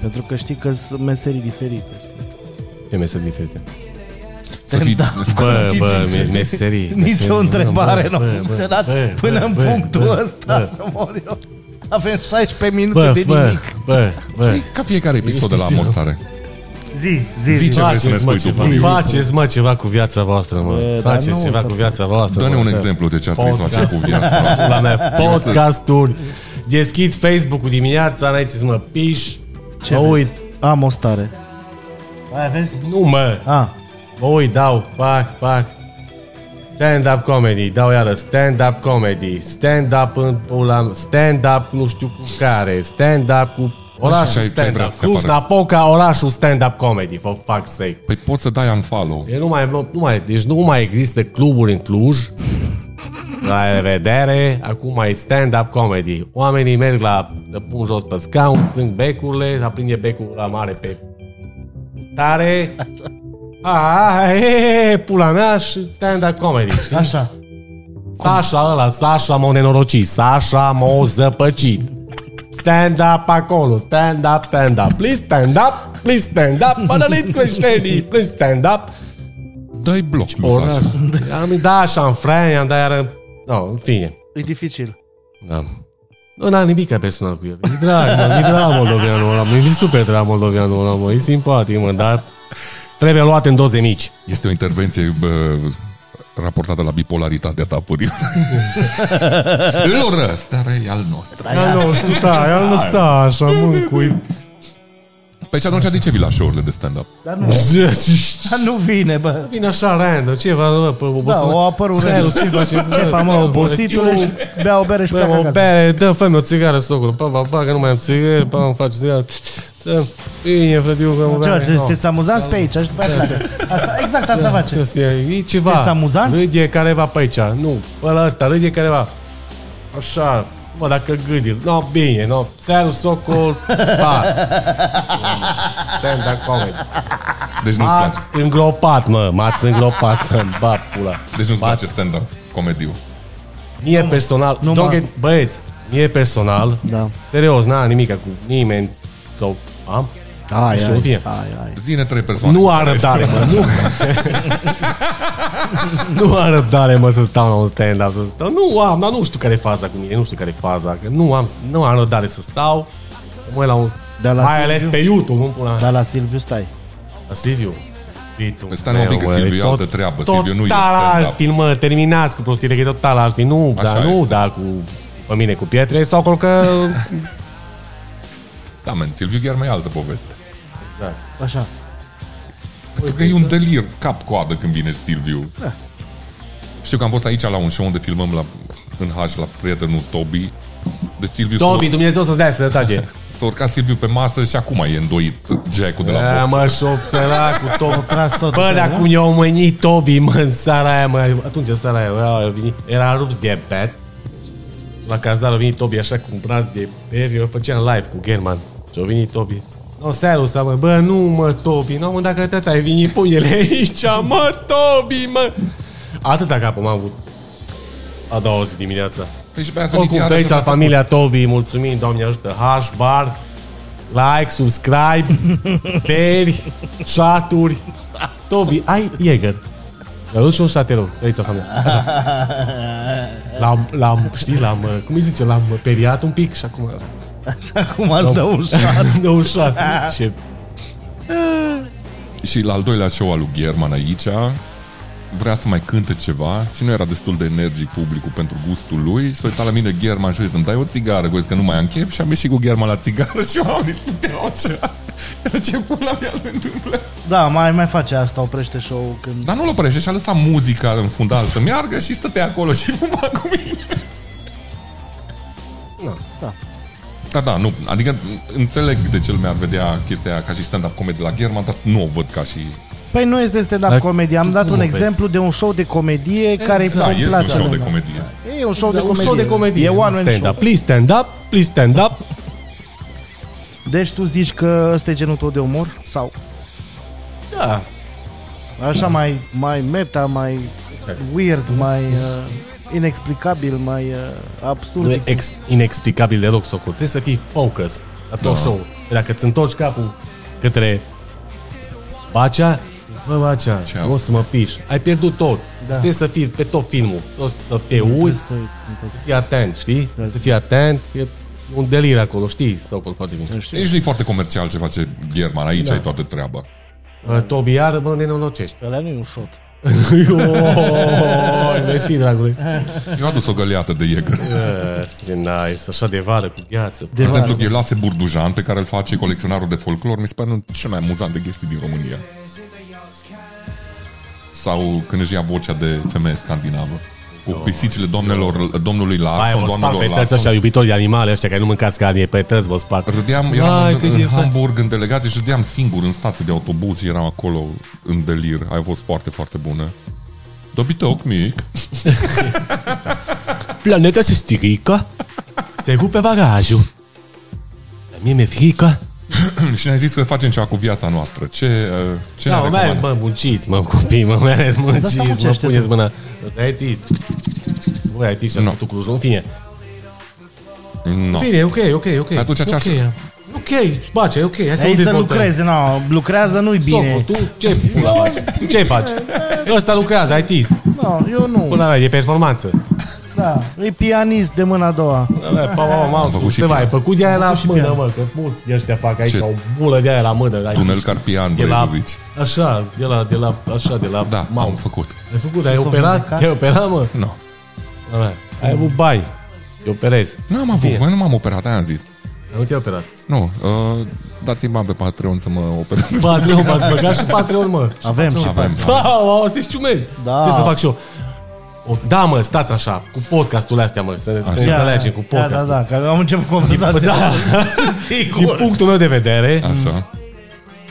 [SPEAKER 4] Pentru că știi că sunt meserii diferite. știi?
[SPEAKER 1] pe meserii diferite.
[SPEAKER 2] Să fii,
[SPEAKER 4] Da.
[SPEAKER 2] să
[SPEAKER 1] Bă,
[SPEAKER 2] fii
[SPEAKER 1] bă,
[SPEAKER 2] sincer.
[SPEAKER 1] me- meserii.
[SPEAKER 4] Nici o
[SPEAKER 1] meserii,
[SPEAKER 4] întrebare nu
[SPEAKER 1] bă,
[SPEAKER 4] am
[SPEAKER 1] bă, bă,
[SPEAKER 4] funcționat
[SPEAKER 1] bă,
[SPEAKER 4] până
[SPEAKER 1] bă,
[SPEAKER 4] în
[SPEAKER 1] bă,
[SPEAKER 4] punctul
[SPEAKER 1] bă,
[SPEAKER 4] ăsta
[SPEAKER 1] bă.
[SPEAKER 4] să mor eu. Avem 16 minute
[SPEAKER 1] Bă,
[SPEAKER 4] de
[SPEAKER 1] bă,
[SPEAKER 4] nimic.
[SPEAKER 1] bă, bă.
[SPEAKER 2] E ca fiecare episod de la
[SPEAKER 1] Liniștiți-vă.
[SPEAKER 2] Mostare.
[SPEAKER 4] Zi, zi,
[SPEAKER 2] Zice.
[SPEAKER 4] zi.
[SPEAKER 2] ce vrei să ne
[SPEAKER 1] Faceți, mă,
[SPEAKER 2] spui tu,
[SPEAKER 1] ceva.
[SPEAKER 2] Fabio?
[SPEAKER 1] Faceți, mă, ceva cu viața voastră, mă.
[SPEAKER 4] Bă, dar
[SPEAKER 1] Faceți
[SPEAKER 4] nu,
[SPEAKER 1] ceva
[SPEAKER 4] frate.
[SPEAKER 1] cu viața voastră.
[SPEAKER 2] Dă-ne
[SPEAKER 1] mă,
[SPEAKER 2] un
[SPEAKER 1] că-
[SPEAKER 2] exemplu de ce ar trebui să
[SPEAKER 1] da. Podcast.
[SPEAKER 2] facem cu viața.
[SPEAKER 1] Pula mea, podcasturi. Deschid Facebook-ul dimineața, înainte să mă piș.
[SPEAKER 4] Ce
[SPEAKER 1] Mă
[SPEAKER 4] vezi?
[SPEAKER 1] uit.
[SPEAKER 4] Am o stare. Mai vezi?
[SPEAKER 1] Nu, mă.
[SPEAKER 4] A,
[SPEAKER 1] Mă uit, dau, pac, pac. Stand-up comedy, dau iară, stand-up comedy, stand-up în pula, mea, stand-up nu știu cu care, stand-up cu
[SPEAKER 2] și
[SPEAKER 1] orașul
[SPEAKER 2] ai- ce ai vrea
[SPEAKER 1] stand-up,
[SPEAKER 2] să te
[SPEAKER 1] Cluj,
[SPEAKER 2] apară?
[SPEAKER 1] Napoca, orașul stand-up comedy, for fuck's sake.
[SPEAKER 2] Păi poți să dai unfollow.
[SPEAKER 1] E nu mai, nu, nu mai, deci nu mai există cluburi în Cluj. La revedere, acum mai stand-up comedy. Oamenii merg la să pun jos pe scaun, stâng becurile, să prinde becul la mare pe tare. A, e, e, pula mea și stand-up comedy. știi?
[SPEAKER 4] așa.
[SPEAKER 1] Sasha ăla, Sasha m-a nenorocit, Sasha m-a zăpăcit. Stand-up acolo, stand-up, stand-up, please stand-up, please stand-up, pădăliți creștinii, please stand-up.
[SPEAKER 2] Dai bloc. lui
[SPEAKER 1] Oraș.
[SPEAKER 2] Sasu.
[SPEAKER 1] Am îi dat așa în Fran, i-am dat iară... No, în fine.
[SPEAKER 4] E dificil.
[SPEAKER 1] Da. Nu n-am nimic personal cu el. E drag, mă, e drag moldoveanul ăla, mă, e super drag moldoveanul ăla, mă, e simpatic, mă, dar trebuie luat în doze mici.
[SPEAKER 2] Este o intervenție bă, raportată la bipolaritatea ta puriu. Îl urăsc, dar e al nostru.
[SPEAKER 1] Ia nu, știu, da, ia nu sta așa, mă, cu...
[SPEAKER 2] Păi și atunci de ce vii la show-urile de stand-up?
[SPEAKER 4] Dar nu, dar nu vine, bă.
[SPEAKER 1] Vine așa random, ceva, bă, pe obosit.
[SPEAKER 4] Da, o apărut
[SPEAKER 1] Seru, ce faceți, bă,
[SPEAKER 4] Ce fa, mă,
[SPEAKER 1] seru,
[SPEAKER 4] obositule
[SPEAKER 1] bă,
[SPEAKER 4] și bea o bere și
[SPEAKER 1] Bă,
[SPEAKER 4] pleacă
[SPEAKER 1] mă, o
[SPEAKER 4] acasă.
[SPEAKER 1] bere, dă, fă-mi o țigară, socul. Pa, pa, pa, că nu mai am țigară, pa, îmi faci țigară. Dă, bine, frătiu, că mă
[SPEAKER 4] Ce
[SPEAKER 1] bere,
[SPEAKER 4] faci?
[SPEAKER 1] no.
[SPEAKER 4] Sunteți amuzanți pe aici? Așa, după aia pleacă. Asta- Exact asta face.
[SPEAKER 1] Asta e, e ceva.
[SPEAKER 4] Sunteți amuzanți?
[SPEAKER 1] Râde careva pe aici. Nu, ăla ăsta, râde careva. Așa, mă, dacă gâdi. No, bine, no. Searul socol, pa. Stand-up comedy.
[SPEAKER 2] Deci nu-ți place,
[SPEAKER 1] M-ați îngropat, mă. M-ați îngropat să-mi bat pula.
[SPEAKER 2] deci nu-ți
[SPEAKER 1] M-ați-
[SPEAKER 2] place stand-up comediu.
[SPEAKER 1] Mie personal,
[SPEAKER 4] nu
[SPEAKER 1] nu, don't
[SPEAKER 4] mă-
[SPEAKER 1] get, băieți, mie personal,
[SPEAKER 4] Da.
[SPEAKER 1] serios, n-am nimic cu nimeni sau am.
[SPEAKER 4] Ai,
[SPEAKER 1] știu, în fine.
[SPEAKER 4] ai, ai.
[SPEAKER 2] Zine trei persoane.
[SPEAKER 1] Nu am răbdare, mă, nu. nu am răbdare, mă, să stau la un stand-up, să stau. Nu am, dar nu știu care e faza cu mine, nu știu care e faza, că nu am, nu am răbdare să stau. Mă, la un...
[SPEAKER 4] Dar la
[SPEAKER 1] mai ales
[SPEAKER 4] Silviu?
[SPEAKER 1] pe YouTube, nu pula. Da.
[SPEAKER 4] Dar la Silviu stai.
[SPEAKER 1] La Silviu. Vitu,
[SPEAKER 2] Păi stai un pic, că Silviu e altă treabă, Silviu nu e
[SPEAKER 1] Total
[SPEAKER 2] stand-up.
[SPEAKER 1] altfel, mă, terminați cu prostile, că e total altfel. Nu,
[SPEAKER 2] Așa
[SPEAKER 1] dar nu,
[SPEAKER 2] este.
[SPEAKER 1] da, cu pe mine cu pietre sau acolo că...
[SPEAKER 2] Da, men, Silviu chiar mai e altă poveste.
[SPEAKER 1] da.
[SPEAKER 4] Așa.
[SPEAKER 2] Pentru că e un delir cap-coadă când vine Silviu. Da. Știu că am fost aici la un show unde filmăm la, în H la prietenul Tobi. De Silviu
[SPEAKER 1] Tobi,
[SPEAKER 2] Tobi.
[SPEAKER 1] Dumnezeu să-ți dea sănătate.
[SPEAKER 2] S-a urcat Silviu pe masă și acum e îndoit jack de la
[SPEAKER 1] Da,
[SPEAKER 2] box.
[SPEAKER 1] mă, șopțăra cu Tobi.
[SPEAKER 4] Tras tot. da,
[SPEAKER 1] Bă, dar cum i-a omănit Tobi, mă, în țara aia, mă, atunci în țara aia, era, era rups de bet. La cazar a venit Tobi așa cu un braț de peri, eu făceam live cu German. Și a venit Tobi. No, seară să mă, bă, nu mă, Tobi, nu mă, dacă tata ai venit, pune-le aici, mă, Tobi, mă. Atâta capul m-am avut. A doua zi dimineața.
[SPEAKER 2] Păi și pe aia să
[SPEAKER 1] Oricum,
[SPEAKER 2] iarăși
[SPEAKER 1] trăiți
[SPEAKER 2] să
[SPEAKER 1] la
[SPEAKER 2] facă-
[SPEAKER 1] familia Tobi, mulțumim, Doamne ajută, H, bar, like, subscribe, beri, chaturi. Tobi, ai Jäger. Dar duci un șate rău, trăiți la familia. Așa. L-am, l-am, știi, l-am, uh, cum îi zice, l-am periat un pic și acum
[SPEAKER 4] Cum ați dă un șar.
[SPEAKER 1] de un șat. Ce
[SPEAKER 2] Și la al doilea show al lui German aici vrea să mai cânte ceva și nu era destul de energic publicul pentru gustul lui și s-a uitat la mine German și a zis, îmi dai o țigară, voi că nu mai am chef și am ieșit cu German la țigară și oamenii stăteau așa. Era ce pula mea se întâmplă?
[SPEAKER 4] Da, mai, mai face asta, oprește show-ul când...
[SPEAKER 2] Dar nu-l oprește și a lăsat muzica în fundal să meargă și stătea acolo și fuma cu mine.
[SPEAKER 4] Da.
[SPEAKER 2] Dar da, nu, adică înțeleg de ce lumea ar vedea chestia aia ca și stand-up comedy la German, dar nu o văd ca și...
[SPEAKER 4] Păi nu este stand-up
[SPEAKER 1] Dar
[SPEAKER 4] comedy. Am
[SPEAKER 1] tu
[SPEAKER 4] dat
[SPEAKER 1] cum
[SPEAKER 4] un
[SPEAKER 1] o vezi?
[SPEAKER 4] exemplu de un show de comedie care e
[SPEAKER 2] Da,
[SPEAKER 4] pe
[SPEAKER 2] este un show de comedie.
[SPEAKER 4] E un show de
[SPEAKER 1] Exact, un
[SPEAKER 4] comedie.
[SPEAKER 1] show de comedie.
[SPEAKER 4] E one man
[SPEAKER 1] stand
[SPEAKER 4] show.
[SPEAKER 1] up. Please stand up, please stand up.
[SPEAKER 4] Deci tu zici că ăsta e genul tău de umor? Sau
[SPEAKER 1] Da.
[SPEAKER 4] așa mai, mai meta, mai weird, mai uh, inexplicabil, mai uh, absurd.
[SPEAKER 1] Nu e ex- inexplicabil deloc, Socol. Trebuie Păi să fii focused la tot da. show Dacă îți întorci capul către Bacea, zici, bă, Bacea,
[SPEAKER 2] Ceau.
[SPEAKER 1] nu o să mă piși. Ai pierdut tot. Da. Trebuie să fii pe tot filmul. Tot să te uiți, să fii atent, știi? Da. Să fii atent, că e un delir acolo, știi? Sau acolo foarte bine.
[SPEAKER 2] Nici nu e Deci foarte comercial ce face German, aici da. ai toată treaba.
[SPEAKER 1] Uh, Tobi, iar mă nenorocesc.
[SPEAKER 4] Ăla nu e un shot.
[SPEAKER 1] Oh, Oi, oh, mersi, dragule.
[SPEAKER 2] Eu adus o găleată de Jäger.
[SPEAKER 1] Uh, ce nice, așa de vară, cu gheață.
[SPEAKER 2] De
[SPEAKER 4] De vară.
[SPEAKER 2] exemplu, Ghelase Burdujan, pe care îl face colecționarul de folclor, mi se pare unul dintre cel mai amuzant de chestii din România. Sau când își ia vocea de femeie scandinavă. Cu pisicile domnilor, domnului
[SPEAKER 1] Aia
[SPEAKER 2] Larson,
[SPEAKER 1] vă sparg pe
[SPEAKER 2] doamnelor
[SPEAKER 1] tăți
[SPEAKER 2] Larson.
[SPEAKER 1] ăștia, iubitori de animale ăștia, care nu mâncați carne, pe tăți vă sparg.
[SPEAKER 2] Râdeam,
[SPEAKER 1] Vai,
[SPEAKER 2] eram
[SPEAKER 1] cât
[SPEAKER 2] în,
[SPEAKER 1] e
[SPEAKER 2] în
[SPEAKER 1] fain.
[SPEAKER 2] Hamburg în delegație și râdeam singur în stație de autobuz și eram acolo în delir. Aia a fost foarte, foarte bună. Dobitoc mic.
[SPEAKER 1] Planeta se strică, se rupe bagajul. Dar mie mi-e frică.
[SPEAKER 2] și ne-ai zis că facem ceva cu viața noastră. Ce, uh, ce
[SPEAKER 1] Da,
[SPEAKER 2] ne
[SPEAKER 1] mă, mai ales,
[SPEAKER 2] recomandă?
[SPEAKER 1] mă, munciți, mă, copii, mă, mai ales,
[SPEAKER 4] asta mă,
[SPEAKER 1] munciți,
[SPEAKER 4] ce
[SPEAKER 1] mă,
[SPEAKER 4] aștept?
[SPEAKER 1] puneți mâna. Ăsta e tist. Băi, ai tist și a
[SPEAKER 2] Nu.
[SPEAKER 1] făcut Clujul, în fine. În
[SPEAKER 2] No.
[SPEAKER 1] fine, ok, ok, ok.
[SPEAKER 2] Atunci această-
[SPEAKER 1] Ok, Ok, bace, ok, hai să nu
[SPEAKER 4] Hai să
[SPEAKER 1] dezvoltăm.
[SPEAKER 4] lucrezi, nu, lucrează nu-i bine.
[SPEAKER 1] Soco, tu ce pula faci? Ce faci? Ăsta lucrează, ai tist.
[SPEAKER 4] Nu, eu nu.
[SPEAKER 1] Pula mea, e performanță.
[SPEAKER 4] Da, e pianist de mâna a doua.
[SPEAKER 1] Pula mea, Pa, pa, pa,
[SPEAKER 2] făcut
[SPEAKER 1] mouse se
[SPEAKER 2] și
[SPEAKER 1] va,
[SPEAKER 2] pian.
[SPEAKER 1] ai făcut de aia la mână,
[SPEAKER 4] pian.
[SPEAKER 1] mă, că mulți de ăștia fac aici
[SPEAKER 2] Ce?
[SPEAKER 1] o bulă de aia la mână. dar ai
[SPEAKER 2] Tunel
[SPEAKER 1] tist.
[SPEAKER 2] Carpian,
[SPEAKER 1] de
[SPEAKER 2] vrei
[SPEAKER 1] la,
[SPEAKER 2] să zici.
[SPEAKER 1] așa, de la, de la, așa, de la
[SPEAKER 2] Da, am
[SPEAKER 1] mouse.
[SPEAKER 2] făcut.
[SPEAKER 1] Ai făcut, ai operat,
[SPEAKER 4] vindecat?
[SPEAKER 1] te-ai operat, mă?
[SPEAKER 2] Nu. No.
[SPEAKER 1] Pula mea, Ai avut bai, te operezi.
[SPEAKER 2] N-am avut, băi, nu m-am operat, aia am zis.
[SPEAKER 1] Dar Nu te-ai operat.
[SPEAKER 2] Nu, uh, dați-mi bani pe Patreon să mă operez.
[SPEAKER 1] Patreon, v-ați băgat și Patreon, mă.
[SPEAKER 4] Avem și
[SPEAKER 2] Avem.
[SPEAKER 1] Wow, asta ești ciumeri.
[SPEAKER 4] Da.
[SPEAKER 1] Trebuie să fac și eu. O, da, mă, stați așa, cu podcastul astea, mă, să, să ne
[SPEAKER 4] Da,
[SPEAKER 1] înțelegem cu
[SPEAKER 4] Da, da,
[SPEAKER 1] podcastul.
[SPEAKER 4] da, că am început conversația.
[SPEAKER 1] Da. Din
[SPEAKER 4] Sigur.
[SPEAKER 1] punctul meu de vedere,
[SPEAKER 2] Așa.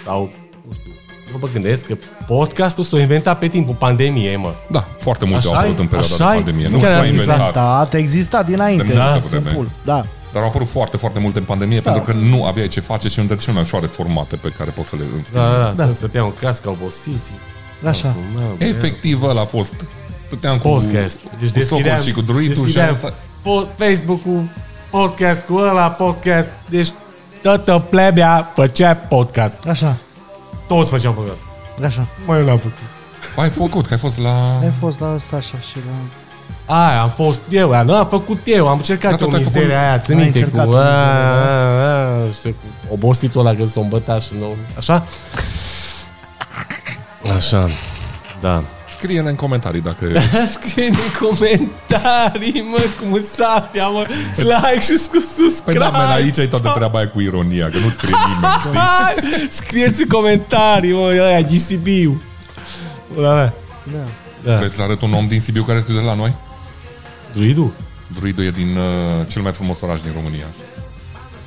[SPEAKER 1] sau, nu știu, eu mă gândesc că podcastul s-a inventat pe timpul pandemiei, mă.
[SPEAKER 2] Da, foarte multe au
[SPEAKER 1] Așa-i?
[SPEAKER 2] apărut în perioada de
[SPEAKER 1] Așa-i?
[SPEAKER 2] pandemie. Nu
[SPEAKER 1] Chiar
[SPEAKER 2] s-a
[SPEAKER 1] am zis, da.
[SPEAKER 2] inventat.
[SPEAKER 4] Da, te exista dinainte.
[SPEAKER 2] Da,
[SPEAKER 4] Da,
[SPEAKER 2] multă vreme.
[SPEAKER 4] simplu. Da.
[SPEAKER 2] Dar au apărut foarte, foarte multe în pandemie
[SPEAKER 1] Da.
[SPEAKER 2] pentru că nu aveai ce face și între cele mai ușoare formate pe care poți să le...
[SPEAKER 1] Da, da, da, da. stăteam în casca obosiți.
[SPEAKER 4] Așa.
[SPEAKER 1] Mamă,
[SPEAKER 2] Efectiv, ăla a fost. Stăteam cu,
[SPEAKER 1] Podcast. Deci
[SPEAKER 2] cu Socol
[SPEAKER 1] deschideam,
[SPEAKER 2] și cu Druidul și
[SPEAKER 1] deschideam
[SPEAKER 2] asta.
[SPEAKER 1] po- Facebook-ul, podcast cu ăla, podcast. Deci toată plebea făcea podcast.
[SPEAKER 4] Așa.
[SPEAKER 1] Toți făceau podcast.
[SPEAKER 4] Așa.
[SPEAKER 1] Mai eu n-am făcut.
[SPEAKER 2] Ai făcut, că ai fost la...
[SPEAKER 4] Ai fost la Sasha și la...
[SPEAKER 1] Aia, am fost eu, aia, nu am făcut eu, am
[SPEAKER 2] Da,
[SPEAKER 1] încercat
[SPEAKER 2] tot
[SPEAKER 1] o
[SPEAKER 2] ai
[SPEAKER 1] mizerie
[SPEAKER 2] făcut-
[SPEAKER 1] aia, țin
[SPEAKER 4] Ai
[SPEAKER 1] minte, cu,
[SPEAKER 4] încercat
[SPEAKER 1] a,
[SPEAKER 4] o mizerie,
[SPEAKER 1] a,
[SPEAKER 2] da.
[SPEAKER 1] a, știu, cu obositul ăla când s-o îmbăta și nou, așa? Așa, da.
[SPEAKER 2] Scrie-ne în comentarii dacă...
[SPEAKER 1] Scrie în comentarii, mă, cum sunt astea, mă, și like și scu-
[SPEAKER 2] Păi
[SPEAKER 1] subscribe.
[SPEAKER 2] da, man, aici e toată treaba aia cu ironia, că nu scrie nimeni, știi?
[SPEAKER 1] Hai, Scrieți în comentarii, mă, ăia, GCB-ul. Ăla, mea.
[SPEAKER 4] Da.
[SPEAKER 1] Da.
[SPEAKER 2] Vreți să arăt un om din Sibiu care scrie de la noi?
[SPEAKER 1] Druidul?
[SPEAKER 2] Druidul e din uh, cel mai frumos oraș din România.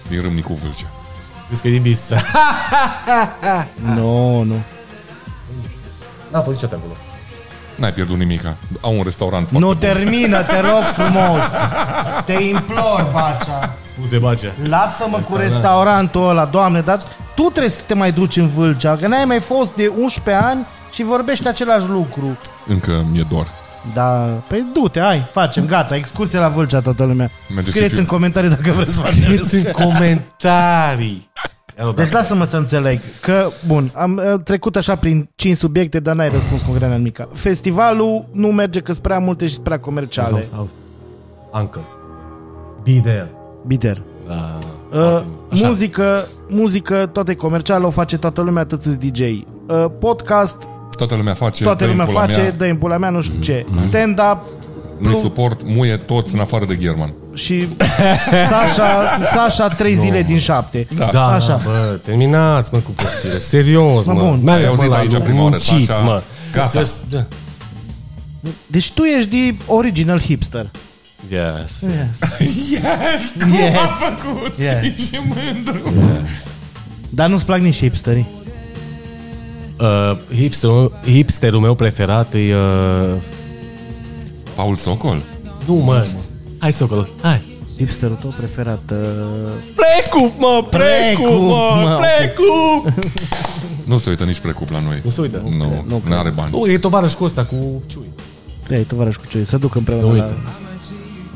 [SPEAKER 2] Din Râmnicu Vâlcea.
[SPEAKER 1] Crezi că e din Bistrița.
[SPEAKER 4] Nu, nu.
[SPEAKER 1] N-a fost niciodată acolo.
[SPEAKER 2] N-ai pierdut nimica. Au un restaurant foarte
[SPEAKER 4] Nu
[SPEAKER 2] bun.
[SPEAKER 4] termină, te rog frumos. Te implor, Bacea. da.
[SPEAKER 1] Scuze, bacea.
[SPEAKER 4] Lasă-mă cu restaurantul ăla, doamne, dar tu trebuie să te mai duci în Vâlcea, că n-ai mai fost de 11 ani și vorbești același lucru.
[SPEAKER 2] Încă mi-e dor.
[SPEAKER 4] Da, păi du-te, hai, facem, gata, excursie la Vâlcea toată lumea.
[SPEAKER 2] Merge și
[SPEAKER 4] Scrieți
[SPEAKER 2] fiu.
[SPEAKER 4] în comentarii dacă vreți să facem.
[SPEAKER 1] Scrieți în comentarii.
[SPEAKER 4] Deci lasă-mă să înțeleg că, bun, am uh, trecut așa prin 5 subiecte, dar n-ai răspuns cu grea nimica. Festivalul nu merge că sunt prea multe și sunt prea comerciale.
[SPEAKER 1] Uncle. Be there.
[SPEAKER 4] Bider.
[SPEAKER 1] Da,
[SPEAKER 4] Uh, muzică, muzică, toate comerciale, o face toată lumea, atât sunt DJ. Uh, podcast,
[SPEAKER 2] Toată lumea face,
[SPEAKER 4] toată
[SPEAKER 2] dă-i
[SPEAKER 4] lumea
[SPEAKER 2] pula
[SPEAKER 4] face,
[SPEAKER 2] mea, Mm-hmm.
[SPEAKER 4] dă în pula mea, nu știu ce. Stand-up
[SPEAKER 2] nu-i suport, muie toți în afară de German.
[SPEAKER 4] și Sasha, Sasha 3 zile din 7.
[SPEAKER 2] Da.
[SPEAKER 1] da
[SPEAKER 4] Așa.
[SPEAKER 1] așa. bă, terminați, mă, cu postire. Serios, mă.
[SPEAKER 4] Mă, bun.
[SPEAKER 1] Mai
[SPEAKER 2] Ai
[SPEAKER 1] ales, mă,
[SPEAKER 2] auzit
[SPEAKER 1] la
[SPEAKER 2] aici
[SPEAKER 1] lucru,
[SPEAKER 2] prima oară,
[SPEAKER 1] munciți,
[SPEAKER 2] așa.
[SPEAKER 1] mă.
[SPEAKER 2] Gata.
[SPEAKER 1] Să- da.
[SPEAKER 4] Deci tu ești de original hipster.
[SPEAKER 1] Yes.
[SPEAKER 2] Yes! Cum
[SPEAKER 4] Yes.
[SPEAKER 2] a făcut?
[SPEAKER 4] Yes.
[SPEAKER 2] E mândru!
[SPEAKER 4] Dar nu-ți plac nici hipsterii.
[SPEAKER 1] Uh, hipsterul, hipsterul meu preferat e... Uh...
[SPEAKER 2] Paul Socol?
[SPEAKER 1] Nu, mă. Hai, Socolo, hai.
[SPEAKER 4] Hipsterul tău preferat. Uh...
[SPEAKER 1] Precu, mă, precu,
[SPEAKER 4] Precu,
[SPEAKER 1] mă,
[SPEAKER 4] mă.
[SPEAKER 1] precu!
[SPEAKER 2] Nu se uită nici precup la noi.
[SPEAKER 1] Nu se uită.
[SPEAKER 2] Nu,
[SPEAKER 4] nu
[SPEAKER 2] nu are bani.
[SPEAKER 1] Nu, e tovarăș cu ăsta, cu Ciui.
[SPEAKER 4] Ei, tovarăș cu ce? Să duc împreună
[SPEAKER 1] Să
[SPEAKER 4] la
[SPEAKER 1] uită.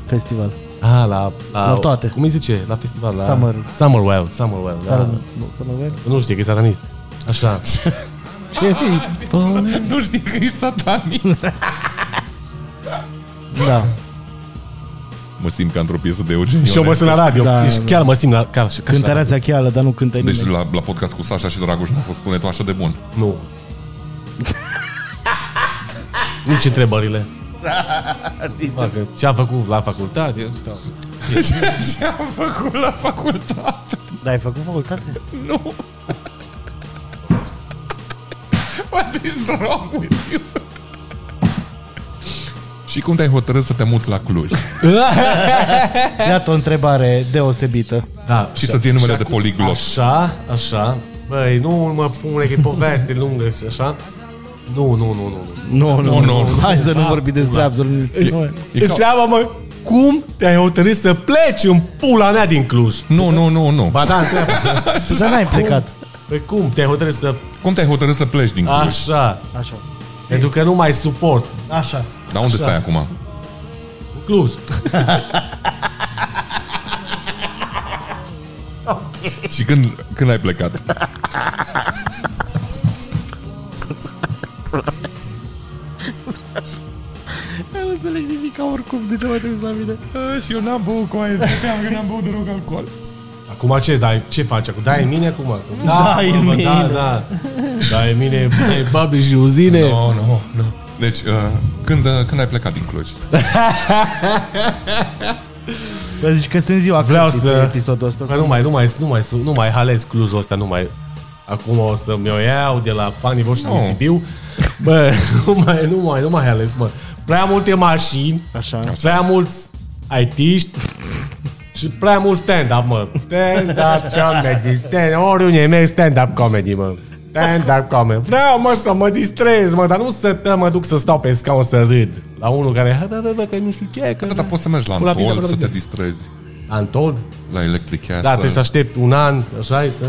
[SPEAKER 4] festival.
[SPEAKER 1] Ah, la,
[SPEAKER 4] La toate.
[SPEAKER 1] Cum îi zice? La festival, la...
[SPEAKER 4] Summer.
[SPEAKER 1] Summer Wild, Summer Wild, da.
[SPEAKER 4] Nu, să mă vezi?
[SPEAKER 1] Nu știe că e satanist. Așa.
[SPEAKER 4] Ce?
[SPEAKER 2] Nu știi că e satanic.
[SPEAKER 4] Da.
[SPEAKER 2] Mă simt ca într-o piesă de Eugen
[SPEAKER 1] Și eu mă
[SPEAKER 2] Ionescu.
[SPEAKER 1] sunt la radio.
[SPEAKER 4] Da,
[SPEAKER 1] Da, deci
[SPEAKER 4] da.
[SPEAKER 1] chiar mă simt la... Ca, ca
[SPEAKER 4] Cântăreața cheală, dar nu cântă nimeni.
[SPEAKER 2] Deci la, la podcast cu Sasha și Dragoș nu a fost punetul așa de bun.
[SPEAKER 1] Nu. Nici întrebările. Dacă ce a făcut la facultate? eu stau.
[SPEAKER 2] Ce am făcut la facultate?
[SPEAKER 4] Da, ai făcut facultate?
[SPEAKER 2] Nu. What is wrong with you? Și cum te-ai hotărât să te muți la Cluj?
[SPEAKER 4] Iată o întrebare deosebită.
[SPEAKER 1] Da,
[SPEAKER 2] Și să ții numele de poliglot.
[SPEAKER 1] Așa, așa. Băi, nu mă pune că e poveste lungă și așa. Nu, nu, nu, nu. nu.
[SPEAKER 4] Nu, nu,
[SPEAKER 2] nu, nu.
[SPEAKER 4] Hai să nu vorbim despre absolut nimic.
[SPEAKER 2] E ca...
[SPEAKER 1] Întreabă-mă cum te-ai hotărât să pleci în pula mea din Cluj?
[SPEAKER 2] Nu, nu, nu, nu.
[SPEAKER 1] Ba da, întreabă.
[SPEAKER 4] Dar n-ai plecat.
[SPEAKER 1] Păi cum te-ai hotărât să...
[SPEAKER 2] Cum te-ai hotărât să pleci din Cluj?
[SPEAKER 1] Așa.
[SPEAKER 4] Așa.
[SPEAKER 1] Pentru că nu mai suport.
[SPEAKER 4] Așa.
[SPEAKER 2] Dar Da, unde stai acum?
[SPEAKER 1] Cluj.
[SPEAKER 2] Și când, când ai plecat?
[SPEAKER 4] Nu înțeleg nimic ca oricum de te mai la mine.
[SPEAKER 2] Ă, și eu n-am băut cu aia, că n-am băut deloc alcool.
[SPEAKER 1] Acum ce, dai, ce faci acum? Dai în mine acum? Da,
[SPEAKER 4] Dai în
[SPEAKER 1] mamă, Da,
[SPEAKER 4] mine.
[SPEAKER 1] da. Dai în mine, dai babli și uzine.
[SPEAKER 2] Oh, Nu, nu, nu. Deci, uh, când, uh, când ai plecat din Cluj?
[SPEAKER 4] Bă, zici că sunt ziua
[SPEAKER 1] Vreau
[SPEAKER 4] cântului
[SPEAKER 1] să...
[SPEAKER 4] pe episodul ăsta.
[SPEAKER 1] Bă, nu mai, nu mai, nu mai, nu mai halez Clujul ăsta, nu mai... Acum o să mi-o iau de la fanii voștri no.
[SPEAKER 2] Nu.
[SPEAKER 1] din Sibiu. Bă, nu mai, nu mai, nu mai halez, mă. Prea multe mașini,
[SPEAKER 4] Așa.
[SPEAKER 1] prea mulți aitiști și prea mult stand-up, mă. Stand-up comedy, stand oriunde merg stand-up comedy, mă. Stand-up comedy. Vreau, mă, să mă distrez, mă, dar nu să te- mă duc să stau pe scaun să râd. La unul care, "Ha, bă, bă, bă, că nu știu ce, că...
[SPEAKER 2] Da, dar poți să mergi la
[SPEAKER 1] Pula pizda,
[SPEAKER 2] Antol,
[SPEAKER 1] pula
[SPEAKER 2] să te
[SPEAKER 1] pizda.
[SPEAKER 2] distrezi
[SPEAKER 1] Antol?
[SPEAKER 2] la Electric Castle.
[SPEAKER 1] Da, trebuie să aștept un an, așa e să...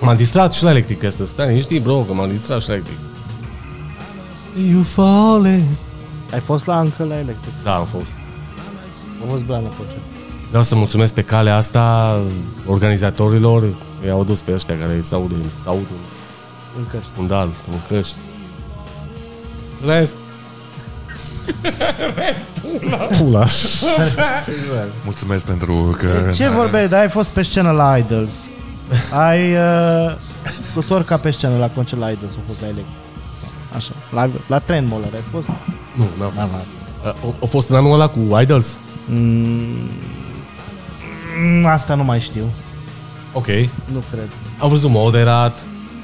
[SPEAKER 1] M-am distrat și la electric asta, stai liniștit, bro, că m-am distrat și la electric. You falling.
[SPEAKER 4] Ai fost la Ancă la Electric.
[SPEAKER 1] Da, am fost.
[SPEAKER 4] A fost blană pe ce.
[SPEAKER 1] Vreau să mulțumesc pe calea asta organizatorilor, că i-au dus pe ăștia care s-aud, s-aud un,
[SPEAKER 4] Încă știu.
[SPEAKER 1] un dal, un căști. Rest. Pula.
[SPEAKER 2] Mulțumesc pentru că...
[SPEAKER 1] Da,
[SPEAKER 4] Ce vorbeai? Dar ai fost pe scenă la Idols. Ai uh, fost orca pe scenă la concert la Idols, a fost la Electric. Așa, la, la Trend Moller ai fost?
[SPEAKER 1] Nu, n-a fost.
[SPEAKER 4] Da,
[SPEAKER 1] A, a fost în anul ăla cu Idols?
[SPEAKER 4] Mm, asta nu mai știu,
[SPEAKER 1] Ok.
[SPEAKER 4] nu cred.
[SPEAKER 1] Am văzut moderat,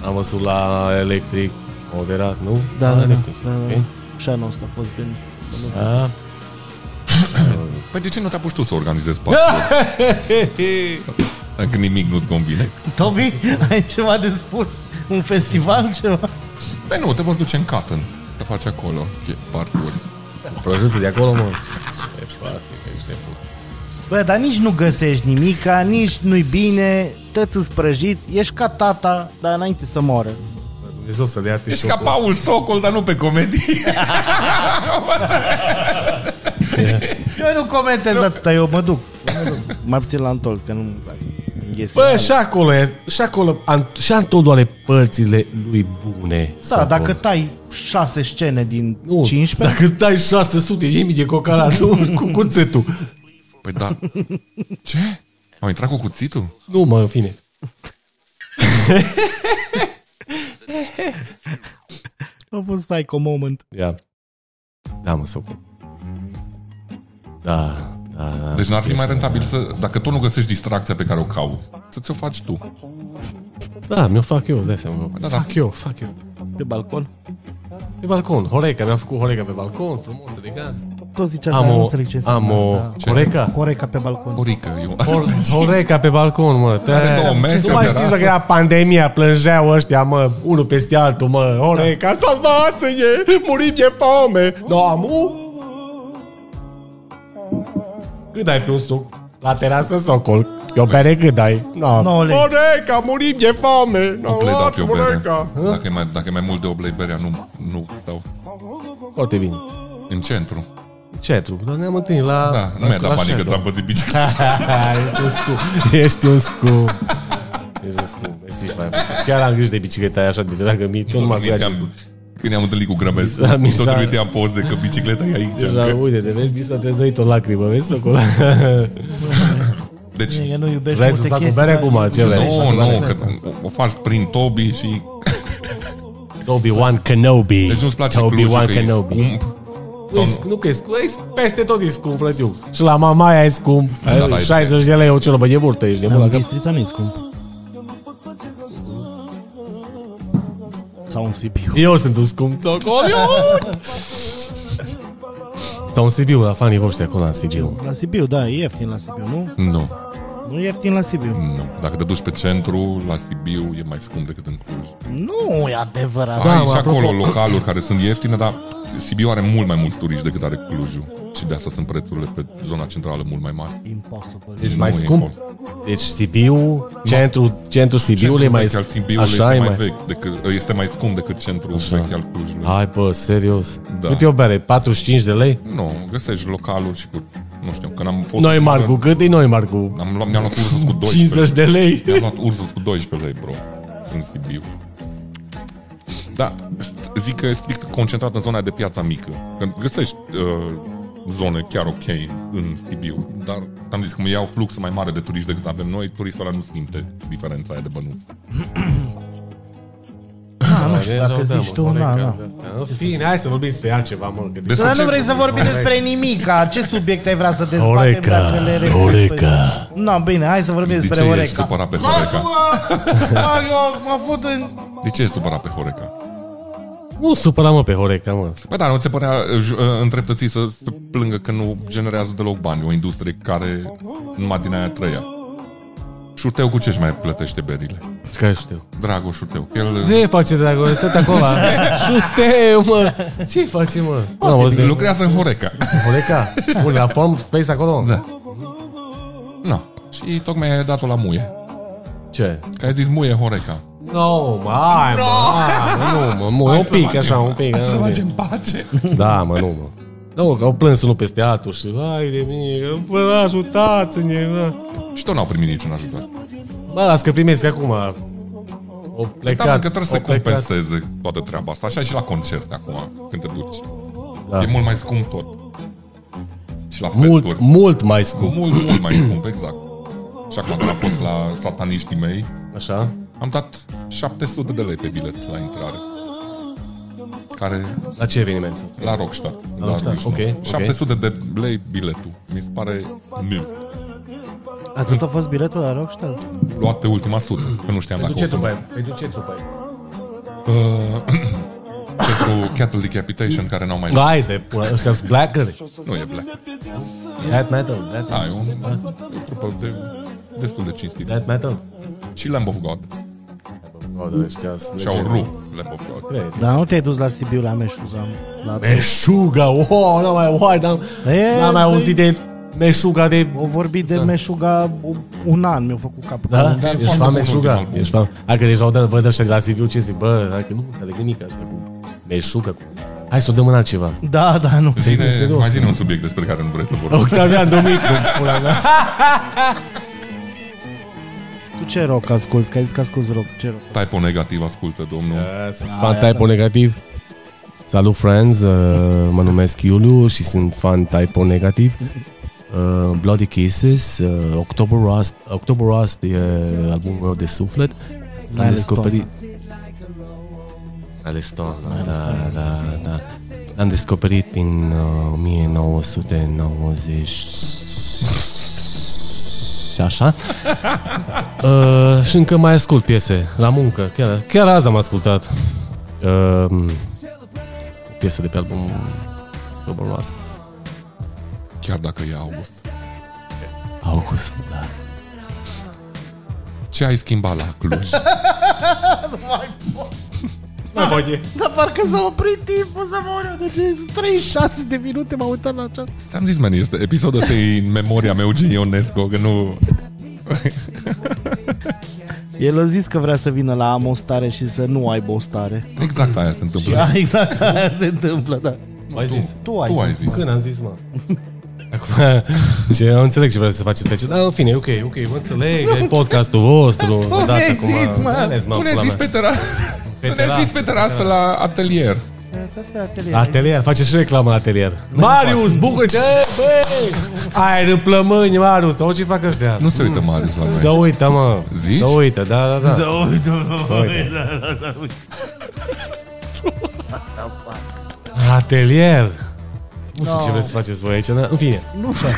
[SPEAKER 1] am văzut la electric, moderat, nu?
[SPEAKER 4] Da,
[SPEAKER 1] la
[SPEAKER 4] da, da.
[SPEAKER 1] electric.
[SPEAKER 4] da, da.
[SPEAKER 1] Ah, ok.
[SPEAKER 4] Și anul ăsta a fost bine.
[SPEAKER 1] Da.
[SPEAKER 2] Păi de ce nu te apuci tu să organizezi pasul? Dacă nimic nu-ți convine.
[SPEAKER 4] Tobi, ai ceva de spus? Un festival, ceva?
[SPEAKER 2] Păi nu, te poți duce în Cotton. Te faci acolo. Ok, parcuri.
[SPEAKER 1] Prăjuță de acolo, mă. Ce parte, că ești nebun.
[SPEAKER 4] Bă, dar nici nu găsești nimica, nici nu-i bine, tăți îți prăjiți, ești ca tata, dar înainte să moară.
[SPEAKER 1] Bă, Dumnezeu să dea
[SPEAKER 2] Ești ca Paul Socol, dar nu pe comedie.
[SPEAKER 4] Eu nu comentez atâta, Da, eu mă duc. Eu mă duc. Mai puțin la Antol, că nu-mi place. Yes,
[SPEAKER 1] Bă, da, și acolo, e- și acolo, an- și Anton doare părțile lui bune.
[SPEAKER 4] da, dacă tai șase scene din
[SPEAKER 1] nu,
[SPEAKER 4] 15,
[SPEAKER 1] Dacă îți dai 600 de mii de cocalat, nu, cu cuțetul.
[SPEAKER 2] Păi da. Ce? Au intrat cu cuțitul?
[SPEAKER 1] Nu, mă, în fine. Da.
[SPEAKER 4] a fost psycho moment.
[SPEAKER 1] Ia. Da, mă, socul. Da, da, da.
[SPEAKER 2] Deci n-ar fi mai rentabil să... Dacă tu nu găsești distracția pe care o cauți, să ți-o faci tu.
[SPEAKER 1] Da, mi-o fac eu, îți dai seama.
[SPEAKER 2] Da,
[SPEAKER 1] Da,
[SPEAKER 2] da.
[SPEAKER 1] fac eu, fac eu.
[SPEAKER 4] Pe balcon.
[SPEAKER 1] Pe balcon, Horeca, mi-am făcut Horeca pe balcon, frumos, elegant.
[SPEAKER 4] Tot zice asta,
[SPEAKER 1] Am
[SPEAKER 4] nu
[SPEAKER 1] o,
[SPEAKER 4] înțeleg ce
[SPEAKER 1] am
[SPEAKER 4] înseamnă
[SPEAKER 1] o,
[SPEAKER 4] asta.
[SPEAKER 1] Horeca?
[SPEAKER 4] Coreca pe balcon.
[SPEAKER 2] Orică, eu.
[SPEAKER 1] Hor- Horeca pe balcon, mă. Te...
[SPEAKER 2] două mese,
[SPEAKER 1] Nu mai
[SPEAKER 2] opera.
[SPEAKER 1] știți, mă, că era pandemia, plângeau ăștia, mă, unul peste altul, mă. Horeca, da. salvați-ne, murim de foame. Doamul? Cât ai pe un suc? La terasă socol. Eu
[SPEAKER 2] Păi.
[SPEAKER 1] bere cât ai? No.
[SPEAKER 4] Nouă lei.
[SPEAKER 1] Horeca, murim de foame.
[SPEAKER 2] Nu
[SPEAKER 1] No,
[SPEAKER 2] play dau pe o bere.
[SPEAKER 1] Horeca.
[SPEAKER 2] Dacă e, mai, dacă e mai mult de o berea, nu, nu dau.
[SPEAKER 1] Foarte bine.
[SPEAKER 2] În centru.
[SPEAKER 1] Cetru, dar ne-am întâlnit la... Da,
[SPEAKER 2] Da, nu mi-a dat panică, ți-am păzit bicicleta.
[SPEAKER 1] ești un scump. Ești un scump. Ești un scump. Ești mersi, frate. Chiar am grijă de bicicleta aia așa de dragă mie, tot mă
[SPEAKER 2] Când
[SPEAKER 1] place.
[SPEAKER 2] ne-am, când ne-am întâlnit cu Grăbescu,
[SPEAKER 1] Mi s-a- mi
[SPEAKER 2] tot
[SPEAKER 1] s-a-
[SPEAKER 2] trimiteam poze că bicicleta e aici.
[SPEAKER 1] Deja,
[SPEAKER 2] că-
[SPEAKER 1] uite, de vezi, mi s-a trezărit o lacrimă, vezi, Socol?
[SPEAKER 2] Deci,
[SPEAKER 4] Că nu iubești
[SPEAKER 1] Vrei să
[SPEAKER 4] multe
[SPEAKER 1] fac o
[SPEAKER 4] chestii,
[SPEAKER 1] bere
[SPEAKER 4] dar-
[SPEAKER 1] acum, ce vrei?
[SPEAKER 2] nu, nu, că o faci prin Tobi și...
[SPEAKER 5] Obi-Wan Kenobi.
[SPEAKER 2] Deci nu-ți place Clujul,
[SPEAKER 5] Obi-Wan
[SPEAKER 2] că e
[SPEAKER 5] Kenobi.
[SPEAKER 2] scump.
[SPEAKER 1] Nu, e sc- nu că e scump, e sc- peste tot e scump, frătiu. Și la mamaia e scump.
[SPEAKER 2] Da, da, e-
[SPEAKER 1] 60 de lei o ciorba de burtă, ești nebun la
[SPEAKER 4] În
[SPEAKER 1] cap.
[SPEAKER 4] Bistrița nu e scump. Sau un Sibiu.
[SPEAKER 1] Eu sunt un scump Socol, eu! Sau în Sibiu, la fanii voștri acolo în Sibiu.
[SPEAKER 4] La Sibiu, da, e ieftin la Sibiu, nu?
[SPEAKER 2] Nu,
[SPEAKER 4] Nu e ieftin la
[SPEAKER 1] Mm.
[SPEAKER 4] Sibiu.
[SPEAKER 2] nu. Dacă te duci pe centru, la Sibiu, e mai scump decât în Cluj.
[SPEAKER 4] Nu e adevărat.
[SPEAKER 2] Da, Ai
[SPEAKER 1] mă,
[SPEAKER 2] și
[SPEAKER 1] apropo-
[SPEAKER 2] acolo localuri care sunt ieftine, dar Sibiu are mult mai mulți turiști decât are Clujul. Și de asta sunt prețurile pe zona centrală mult mai mari.
[SPEAKER 4] Impossible.
[SPEAKER 1] Deci
[SPEAKER 2] Nu
[SPEAKER 1] mai
[SPEAKER 2] e
[SPEAKER 1] scump.
[SPEAKER 2] acolo.
[SPEAKER 1] Deci Sibiu, centru, centru Sibiului e mai...
[SPEAKER 2] Centrul vechi al Sibiului
[SPEAKER 1] Așa
[SPEAKER 2] este
[SPEAKER 1] e
[SPEAKER 2] mai
[SPEAKER 1] mai...
[SPEAKER 2] vechi decât, este mai scump decât centrul vechi al Clujului.
[SPEAKER 1] Hai, bă, serios.
[SPEAKER 2] Da.
[SPEAKER 1] Cât e o bere? 45 de lei?
[SPEAKER 2] Nu, găsești localuri și cu... Nu știu, când am fost...
[SPEAKER 1] Noi Marcu, cât e noi Marcu?
[SPEAKER 2] Am luat, mi-am luat ursus cu 12
[SPEAKER 1] 50 de lei?
[SPEAKER 2] Mi-am luat Ursus cu 12 lei, bro, în Sibiu. Da, st- zic că e strict concentrat în zona de piața mică. Că găsești uh, zone chiar ok în Sibiu, dar am zis că iau flux mai mare de turiști decât avem noi, turistul ăla nu simte diferența aia de bănuți.
[SPEAKER 4] Da, nu știu, dacă zici tu, na, na.
[SPEAKER 1] În fine, hai să vorbim despre altceva, mă. că-
[SPEAKER 2] Despre
[SPEAKER 4] Dar
[SPEAKER 2] ce-
[SPEAKER 4] nu vrei să vorbi despre nimica. Ce subiecte ai vrea să dezbatem
[SPEAKER 5] Oreca,
[SPEAKER 4] dacă le recunoști?
[SPEAKER 5] Oreca.
[SPEAKER 4] Na, bine, hai să vorbim
[SPEAKER 2] De
[SPEAKER 4] despre
[SPEAKER 2] ce ești
[SPEAKER 4] Oreca.
[SPEAKER 2] supărat pe Horeca?
[SPEAKER 4] Mario, mă fut în...
[SPEAKER 2] De ce ești supărat pe Horeca?
[SPEAKER 1] Nu supăra, mă, pe Horeca, mă.
[SPEAKER 2] Bă, da, nu ți se părea uh, j- uh, întreptății să se plângă că nu generează deloc bani, o industrie care numai din aia trăia. Șurteu cu ce-și mai plătește berile?
[SPEAKER 1] Că știu.
[SPEAKER 2] Dragul Șurteu. El...
[SPEAKER 1] Ce face, dragule? Tot acolo. Șute, mă. Ce face, mă? Nu am auzit de
[SPEAKER 2] Lucrează în Horeca.
[SPEAKER 1] Horeca. Spune, la form space acolo?
[SPEAKER 2] Da. No. Și tocmai ai dat-o la muie.
[SPEAKER 1] Ce?
[SPEAKER 2] Că ai zis muie Horeca.
[SPEAKER 1] No, mă, hai, mă, hai, mă, nu, mă, mă, un pic, așa, un pic.
[SPEAKER 2] Hai
[SPEAKER 1] hai,
[SPEAKER 2] să
[SPEAKER 1] un pic.
[SPEAKER 2] facem pace.
[SPEAKER 1] Da, mă, nu, mă. Da, mă, că au plâns unul peste altul și, hai de mine, că, bă, ajutați-ne, bă.
[SPEAKER 2] Și tot n-au primit niciun ajutor.
[SPEAKER 1] Bă, las că primesc acum. O
[SPEAKER 2] Da,
[SPEAKER 1] plecat,
[SPEAKER 2] mă, că trebuie să
[SPEAKER 1] o plecat.
[SPEAKER 2] compenseze toată treaba asta. Așa e și la concerte acum, când te duci.
[SPEAKER 1] Da.
[SPEAKER 2] E mult mai scump tot. Și la
[SPEAKER 1] Mult,
[SPEAKER 2] festuri.
[SPEAKER 1] mult mai scump.
[SPEAKER 2] Mult, mult mai scump, exact. Și acum când am fost la sataniștii mei,
[SPEAKER 1] Așa?
[SPEAKER 2] am dat 700 de lei pe bilet la intrare. Care
[SPEAKER 1] La ce eveniment? să
[SPEAKER 2] La Rockstar. La,
[SPEAKER 1] Rockstar,
[SPEAKER 2] Vișnu.
[SPEAKER 1] ok, ok.
[SPEAKER 2] 700 de lei biletul. Mi se pare mult.
[SPEAKER 4] Atât a fost biletul la Rockstar?
[SPEAKER 2] Luat pe ultima sută, că nu știam dacă
[SPEAKER 1] Pentru ce
[SPEAKER 2] o să...
[SPEAKER 1] trupă ai? Pentru ce trupă ai?
[SPEAKER 2] Pentru Cattle Decapitation, care n-au mai...
[SPEAKER 1] Hai de pula, ăștia sunt blackeri.
[SPEAKER 2] Nu e black.
[SPEAKER 1] Death metal, death
[SPEAKER 2] Da, e
[SPEAKER 1] metal.
[SPEAKER 2] un... e o trupă de... destul de cinstit.
[SPEAKER 1] Death metal.
[SPEAKER 2] Și Lamb of God.
[SPEAKER 1] O, da, ăștia sunt
[SPEAKER 2] Și au
[SPEAKER 1] legend.
[SPEAKER 2] ru Lamb of God.
[SPEAKER 1] Cred.
[SPEAKER 4] Dar Da, nu te-ai dus la Sibiu la Meșuga? La...
[SPEAKER 1] Meșuga, o, n-am mai, oai, n-am,
[SPEAKER 4] E,
[SPEAKER 1] n-am mai
[SPEAKER 4] zi-
[SPEAKER 1] auzit de meșuga de...
[SPEAKER 4] O vorbit de Meșuga u- un an, mi-a făcut capul.
[SPEAKER 1] Da?
[SPEAKER 2] Da, e
[SPEAKER 1] Ești
[SPEAKER 2] foarte
[SPEAKER 1] fan
[SPEAKER 2] bun ultimul
[SPEAKER 1] meșuga?
[SPEAKER 2] album.
[SPEAKER 1] Ești fan. Hai că deja o dată văd ăștia de la Sibiu ce zic, bă, hai că nu înțeleg nimic asta cu meșuga. Cu... Hai să o dăm în altceva.
[SPEAKER 4] Da, da, nu.
[SPEAKER 2] Zine,
[SPEAKER 1] serios.
[SPEAKER 2] mai zine un subiect despre care nu vreți să vorbim.
[SPEAKER 1] Octavian Dumitru, pula mea.
[SPEAKER 4] Tu ce rock asculti? Că ai zis că asculti rock. Ce rock?
[SPEAKER 2] Type-ul negativ, ascultă, domnul.
[SPEAKER 1] Sunt fan typo negativ. Salut, friends! Uh, Mă numesc Iuliu și sunt fan typo negativ. Uh, Bloody Kisses, uh, October Rust, October Rust e albumul meu de suflet. Am
[SPEAKER 4] Miles
[SPEAKER 1] descoperit... Aleston, da, da, da. L-am descoperit în uh, 1990 și așa. Uh, și încă mai ascult piese la muncă. Chiar, chiar azi am ascultat uh, piese de pe albumul Double Rust.
[SPEAKER 2] Chiar dacă e august.
[SPEAKER 1] August, da.
[SPEAKER 2] Ce ai schimbat la Cluj?
[SPEAKER 4] Da, Dar parcă s-a oprit timpul să mă ură. Deci sunt 36 de minute, m-am uitat la chat.
[SPEAKER 2] Ți-am zis, man, este episodul ăsta e în memoria mea, Eugenie Ionesco, că nu...
[SPEAKER 4] El a zis că vrea să vină la am o stare și să nu aibă o stare.
[SPEAKER 2] Exact aia se întâmplă.
[SPEAKER 4] Da, exact aia se întâmplă, da.
[SPEAKER 1] Ai zis?
[SPEAKER 4] Tu ai
[SPEAKER 2] Tu ai
[SPEAKER 4] zis.
[SPEAKER 2] zis.
[SPEAKER 1] Când am zis, mă? Acum, ce, eu înțeleg ce vreau să faceți aici. Dar, în fine, e ok, ok, mă înțeleg, e podcastul vostru. Vă dați acum. Ales, mă,
[SPEAKER 2] Pune
[SPEAKER 1] pula
[SPEAKER 2] zis
[SPEAKER 1] mea.
[SPEAKER 2] pe terasă. Pune
[SPEAKER 1] terasă,
[SPEAKER 2] zis pe terasă la atelier.
[SPEAKER 1] Atelier, face și reclamă la atelier. Marius, bucură-te! Băi! Ai răplămâni, Marius, sau ce fac ăștia?
[SPEAKER 2] Nu se uită Marius la
[SPEAKER 1] Să
[SPEAKER 2] noi.
[SPEAKER 1] uită, mă.
[SPEAKER 2] Zici?
[SPEAKER 1] Să uită, da, da, da.
[SPEAKER 4] da,
[SPEAKER 1] Atelier. Nu știu ce vreți să faceți voi aici, dar în fine. Nu știu.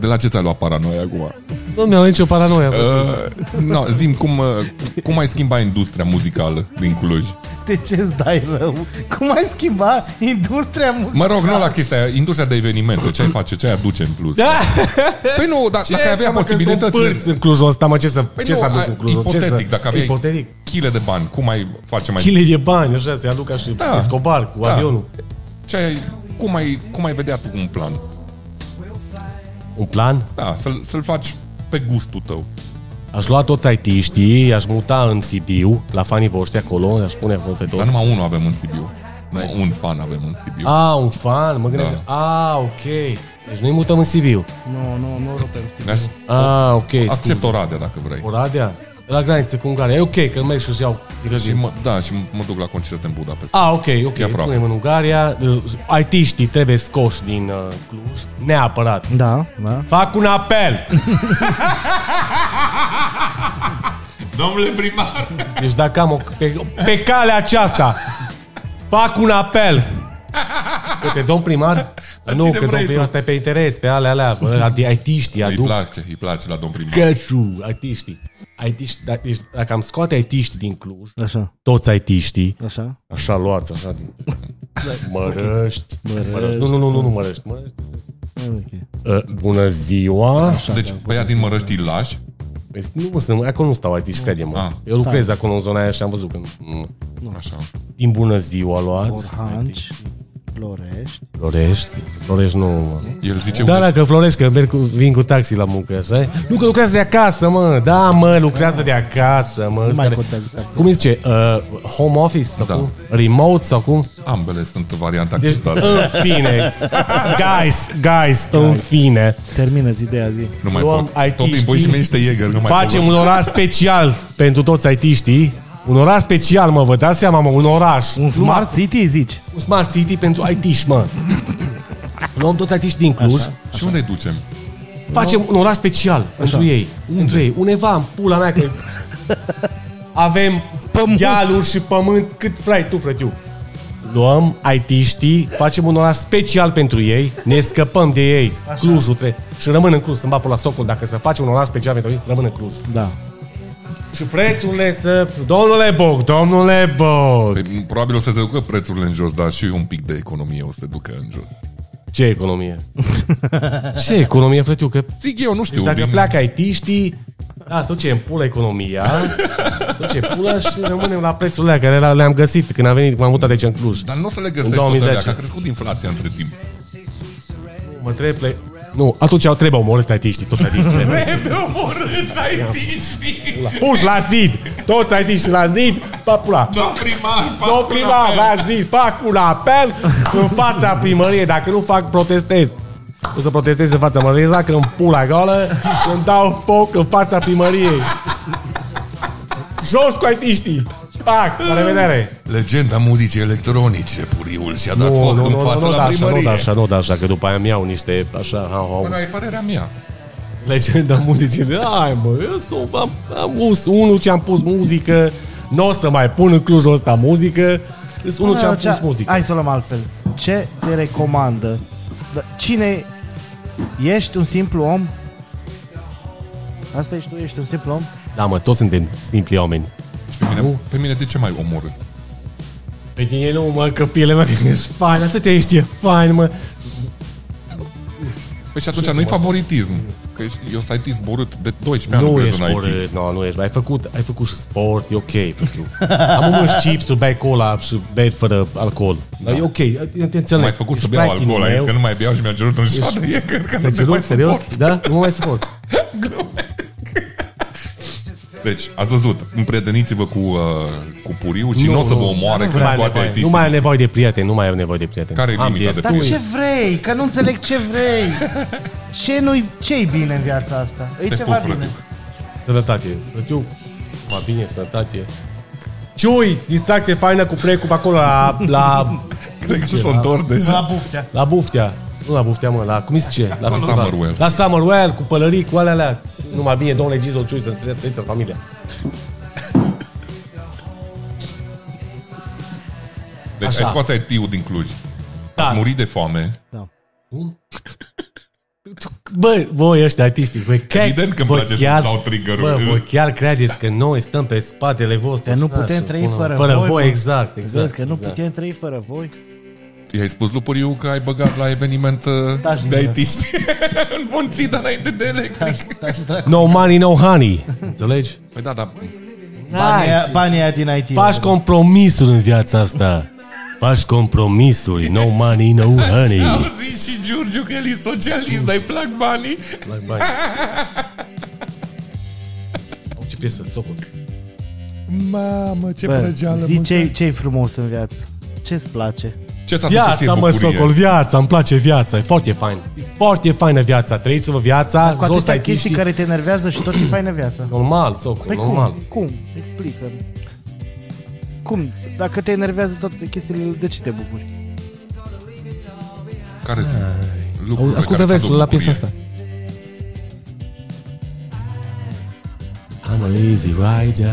[SPEAKER 2] De la ce ți-a luat paranoia acum?
[SPEAKER 1] Nu mi-am nicio paranoia. bă.
[SPEAKER 2] Uh, no, zim, cum, uh, cum ai schimba industria muzicală din Cluj?
[SPEAKER 4] De ce îți dai rău? Cum ai schimba industria muzicală?
[SPEAKER 2] Mă rog, nu la chestia aia, industria de evenimente, ce ai face, ce ai aduce în plus?
[SPEAKER 1] Da!
[SPEAKER 2] Păi nu, dar dacă ai avea
[SPEAKER 1] posibilități.
[SPEAKER 2] posibilități,
[SPEAKER 1] în Clujul ăsta, mă, ce să, ce
[SPEAKER 2] nu,
[SPEAKER 1] să
[SPEAKER 2] a-
[SPEAKER 1] aduc în Clujul? Ce
[SPEAKER 2] ipotetic,
[SPEAKER 1] să-
[SPEAKER 2] dacă aveai-
[SPEAKER 1] Ipotetic.
[SPEAKER 2] chile de bani, cum ai face mai...
[SPEAKER 1] Păi. Chile de bani, așa, să-i aduc ca și
[SPEAKER 2] Da.
[SPEAKER 1] Escobar cu
[SPEAKER 2] Da.
[SPEAKER 1] avionul.
[SPEAKER 2] Ce ai, cum, ai, cum ai vedea tu un plan?
[SPEAKER 1] Un plan?
[SPEAKER 2] Da, să-l, să-l faci pe gustul tău.
[SPEAKER 1] Aș lua toți IT-știi, aș muta în Sibiu, la fanii voștri acolo, aș pune acolo pe
[SPEAKER 2] Dar
[SPEAKER 1] toți.
[SPEAKER 2] numai unul avem în Sibiu. Numai un fan avem în Sibiu.
[SPEAKER 1] A, Ah, un fan, mă gândeam.
[SPEAKER 2] Da.
[SPEAKER 1] A, ok. Deci noi mutăm în Sibiu.
[SPEAKER 4] Nu, nu, nu rupem.
[SPEAKER 2] Ne-aș-
[SPEAKER 1] A, ok,
[SPEAKER 2] Accept
[SPEAKER 1] scuze.
[SPEAKER 2] Oradea, dacă vrei.
[SPEAKER 1] Oradea? La graniță cu Ungaria. E ok că merg și-și iau
[SPEAKER 2] Și
[SPEAKER 1] tirării.
[SPEAKER 2] mă, da, și mă duc la concerte în Budapesta.
[SPEAKER 1] A, ok, ok.
[SPEAKER 2] aproape.
[SPEAKER 1] Punem în Ungaria. Uh, IT-știi trebuie scoși din uh, Cluj. Neapărat.
[SPEAKER 4] Da, da.
[SPEAKER 1] Fac un apel.
[SPEAKER 2] Domnule primar!
[SPEAKER 1] Deci dacă am o... Pe, pe calea aceasta. Fac un apel. Către domn primar? nu,
[SPEAKER 2] cine
[SPEAKER 1] că
[SPEAKER 2] vrei
[SPEAKER 1] domn primar
[SPEAKER 2] tu? Păi,
[SPEAKER 1] asta e pe interes, pe alea, alea. Bă, IT-știi
[SPEAKER 2] Îi
[SPEAKER 1] aduc
[SPEAKER 2] place, îi place la domn primar.
[SPEAKER 1] Căciu, IT-știi. IT-știi. da- Deci, dacă am scoate IT-știi din Cluj,
[SPEAKER 4] Așa,
[SPEAKER 1] toți IT-știi,
[SPEAKER 4] așa.
[SPEAKER 1] Așa luați, așa din... Mărăști, mărăști. Nu, nu, nu, nu, nu mărăști. mărăști.
[SPEAKER 4] Ok.
[SPEAKER 1] Uh, bună ziua!
[SPEAKER 2] Deci, pe ea din Mărăști îi lași?
[SPEAKER 1] Păi, Nu mă sunt, acolo nu stau aici, crede-mă.
[SPEAKER 2] Ah.
[SPEAKER 1] Eu lucrez acolo în zona aia și am văzut că... mm.
[SPEAKER 2] Așa.
[SPEAKER 1] Din bună ziua luați.
[SPEAKER 4] Orhanci, Florești.
[SPEAKER 1] Florești? Florești nu, mă.
[SPEAKER 2] El zice,
[SPEAKER 1] Da,
[SPEAKER 2] da,
[SPEAKER 1] da, că Florești, că merg cu, vin cu taxi la muncă, așa Nu, că lucrează de acasă, mă. Da, mă, lucrează de acasă, mă.
[SPEAKER 4] mai
[SPEAKER 1] Care-
[SPEAKER 4] contează da. pe acolo.
[SPEAKER 1] Cum îi zice? Uh, home office sau
[SPEAKER 2] Da.
[SPEAKER 1] cum? Remote sau cum?
[SPEAKER 2] ambele sunt variante
[SPEAKER 1] Deci,
[SPEAKER 2] acceptate.
[SPEAKER 1] în fine. Guys, guys, în fine.
[SPEAKER 4] Termină-ți ideea zi.
[SPEAKER 2] nu mai
[SPEAKER 1] luăm
[SPEAKER 2] pot.
[SPEAKER 1] IT,
[SPEAKER 2] Topi, voi și
[SPEAKER 1] știi?
[SPEAKER 2] mie niște Jäger, nu mai
[SPEAKER 1] Facem
[SPEAKER 2] pot.
[SPEAKER 1] un oraș special pentru toți IT-știi. Un oraș special, mă, vă dați seama, mă, un oraș.
[SPEAKER 4] Un
[SPEAKER 1] Numai-
[SPEAKER 4] smart city, zici?
[SPEAKER 1] un smart city pentru IT-ști, mă. Luăm toți IT-ști din Cluj,
[SPEAKER 2] Și unde ducem?
[SPEAKER 1] facem un oraș special pentru ei. Pentru ei. Undeva în pula mea, că avem
[SPEAKER 4] Pământ.
[SPEAKER 1] dealuri și pământ cât frai tu, frătiu. Luăm IT-știi, facem un oraș special pentru ei, ne scăpăm de ei, Așa. Clujul trebuie. Și rămân în Cluj, să-mi bapul la socol. Dacă se face un oraș special pentru ei, rămân în Cluj.
[SPEAKER 4] Da.
[SPEAKER 1] Și prețurile să... Domnule Bog, domnule Bog!
[SPEAKER 2] Păi, probabil o să se ducă prețurile în jos, dar și un pic de economie o să se ducă în jos.
[SPEAKER 1] Ce economie? Ce economie, frătiu? Că
[SPEAKER 2] Zic eu, nu știu.
[SPEAKER 1] deci dacă
[SPEAKER 2] din-
[SPEAKER 1] pleacă IT-știi, da, să duce în pulă economia, să duce în pulă și rămânem la prețurile alea care le- le-am găsit când am venit, când m-am mutat de aici în Cluj. Da.
[SPEAKER 2] Dar nu o să le găsești
[SPEAKER 1] În
[SPEAKER 2] tot
[SPEAKER 1] 2010.
[SPEAKER 2] alea, că a crescut inflația între timp.
[SPEAKER 1] Mă trebuie... ple- Nu, atunci au trebuie omorâți IT-știi, toți IT-știi trebuie.
[SPEAKER 2] Trebuie omorât IT, știi?
[SPEAKER 1] Puși la zid, toți IT-știi la zid, pa pula.
[SPEAKER 2] Domn primar, fac
[SPEAKER 1] Domn
[SPEAKER 2] un
[SPEAKER 1] primar,
[SPEAKER 2] apel.
[SPEAKER 1] v-a zis, fac un apel în fața primăriei. Dacă nu fac, protestez. O să protestez în fața primăriei, dacă îmi pula goală și îmi dau foc în fața primăriei. Jos cu aitiștii! Pac, la revedere!
[SPEAKER 2] Legenda muzicii electronice, puriul și-a dat
[SPEAKER 1] Nu,
[SPEAKER 2] foc
[SPEAKER 1] nu,
[SPEAKER 2] în
[SPEAKER 1] nu, nu,
[SPEAKER 2] fața
[SPEAKER 1] nu, da,
[SPEAKER 2] la
[SPEAKER 1] așa, nu, da,
[SPEAKER 2] primărie.
[SPEAKER 1] așa, nu, da, așa, că după aia mi iau niște, așa, ha, ha,
[SPEAKER 2] Păi, e părerea mea.
[SPEAKER 1] legenda muzicii. Hai, mă, eu sunt, am, am us, unul ce am pus muzică, nu o să mai pun în Clujul ăsta muzică, sunt unul ce am
[SPEAKER 4] Cea-
[SPEAKER 1] pus muzică.
[SPEAKER 4] Hai să o luăm altfel. Ce te recomandă? Da, Cine ești un simplu om? Asta ești tu, ești un simplu om?
[SPEAKER 1] Da, mă, toți suntem simpli oameni.
[SPEAKER 2] Și Pe mine, pe mine de ce mai omorât?
[SPEAKER 1] Pe tine nu, mă, căpile, mă, că ești fain, atât ești, e fain, mă.
[SPEAKER 2] Păi și atunci nu-i favoritism. Că ești- eu sunt IT zborât de 12 ani
[SPEAKER 1] nu
[SPEAKER 2] lucrez
[SPEAKER 1] ești
[SPEAKER 2] în IT.
[SPEAKER 1] urât, nu, nu ești, ai făcut, ai făcut și sport, e ok, frătiu. Am mâncat chips-uri, bei cola și bei fără alcool. Dar e ok, eu te înțeleg.
[SPEAKER 2] Da. Mai făcut să
[SPEAKER 1] Ești
[SPEAKER 2] beau
[SPEAKER 1] prietenul
[SPEAKER 2] alcool, ai
[SPEAKER 1] meu.
[SPEAKER 2] zis că nu mai beau și mi-a cerut în șoadă, e că, că nu
[SPEAKER 1] Te Da?
[SPEAKER 2] te
[SPEAKER 1] jur,
[SPEAKER 2] mai
[SPEAKER 1] serios?
[SPEAKER 2] suport.
[SPEAKER 1] Da? Nu mă mai suport.
[SPEAKER 2] Deci, ați văzut, împrieteniți-vă cu, uh, cu puriu și nu, nu o să vă omoare când
[SPEAKER 1] mai ai
[SPEAKER 2] scoate
[SPEAKER 1] nevoie.
[SPEAKER 2] etistul.
[SPEAKER 1] Nu mai ai nevoie de prieteni, nu mai ai nevoie de prieteni.
[SPEAKER 2] Care e
[SPEAKER 1] Am
[SPEAKER 2] limita de
[SPEAKER 4] Dar
[SPEAKER 2] puriu?
[SPEAKER 4] ce vrei? Că nu înțeleg ce vrei. Ce nu ce bine în viața asta? E
[SPEAKER 2] Te
[SPEAKER 4] ceva
[SPEAKER 2] pup,
[SPEAKER 4] bine.
[SPEAKER 2] frate.
[SPEAKER 1] Sănătate. Frățiu, mai bine, sănătate. Ciui, distracție faină cu precum acolo la, la,
[SPEAKER 2] Cred că s-o întorc
[SPEAKER 4] La
[SPEAKER 2] deja.
[SPEAKER 4] buftea.
[SPEAKER 1] la buftea. Nu la buftea, mă, la, cum se zice? La, festival.
[SPEAKER 2] Summerwell.
[SPEAKER 1] La Summerwell, cu pălării, cu alea, alea. Numai bine, domnule Gizol, ciui, să trăiți familia.
[SPEAKER 2] Deci
[SPEAKER 1] Așa.
[SPEAKER 2] ai scoate etiu din Cluj.
[SPEAKER 1] Da.
[SPEAKER 2] Muri de foame.
[SPEAKER 4] Da.
[SPEAKER 1] Bă, voi ăștia artiștii, voi chiar,
[SPEAKER 2] Evident că îmi
[SPEAKER 1] voi
[SPEAKER 2] place să dau trigger-ul.
[SPEAKER 1] Bă, voi chiar credeți că noi stăm pe spatele vostru.
[SPEAKER 4] Că nu
[SPEAKER 1] așa,
[SPEAKER 4] putem trăi
[SPEAKER 1] până-
[SPEAKER 4] fără,
[SPEAKER 1] fără voi.
[SPEAKER 4] mă.
[SPEAKER 1] exact, exact.
[SPEAKER 4] Vezi că nu
[SPEAKER 1] exact.
[SPEAKER 4] putem trăi fără voi.
[SPEAKER 2] I-ai spus lui Puriu că ai băgat la eveniment uh,
[SPEAKER 4] Da, și
[SPEAKER 2] de
[SPEAKER 4] da.
[SPEAKER 2] aitiști în Bonțida înainte de electric.
[SPEAKER 1] No money, no honey. Înțelegi?
[SPEAKER 2] Păi da, dar
[SPEAKER 4] Banii, aia- banii aia din IT.
[SPEAKER 1] Faci compromisuri în viața asta. Faci compromisuri. No money, no honey.
[SPEAKER 2] au zis și Giurgiu că el e socialist, dar îi plac banii.
[SPEAKER 1] Au ce piesă, socul.
[SPEAKER 6] Mamă, ce
[SPEAKER 4] Bă,
[SPEAKER 6] plăgeală.
[SPEAKER 4] zi ce, ce-i frumos în viață. Ce-ți place?
[SPEAKER 2] Ce ți-a adus ție
[SPEAKER 1] Viața, mă,
[SPEAKER 2] bucurie?
[SPEAKER 1] socol, viața, îmi place viața, e foarte fain. E foarte faină viața, trăiți-vă viața,
[SPEAKER 4] Cu
[SPEAKER 1] jos
[SPEAKER 4] atâtea
[SPEAKER 1] ai
[SPEAKER 4] chestii
[SPEAKER 1] chestii
[SPEAKER 4] care te enervează și tot ce faină viața.
[SPEAKER 1] Normal, socol,
[SPEAKER 4] Păi
[SPEAKER 1] normal.
[SPEAKER 4] cum? Cum? explică Cum? Dacă te enervează toate chestiile, de ce te bucuri?
[SPEAKER 2] Care sunt lucrurile
[SPEAKER 1] Au- Ascultă
[SPEAKER 2] care
[SPEAKER 1] versul
[SPEAKER 2] ți-aduc
[SPEAKER 1] la piesa
[SPEAKER 2] bucurie?
[SPEAKER 1] asta. I'm a lazy rider.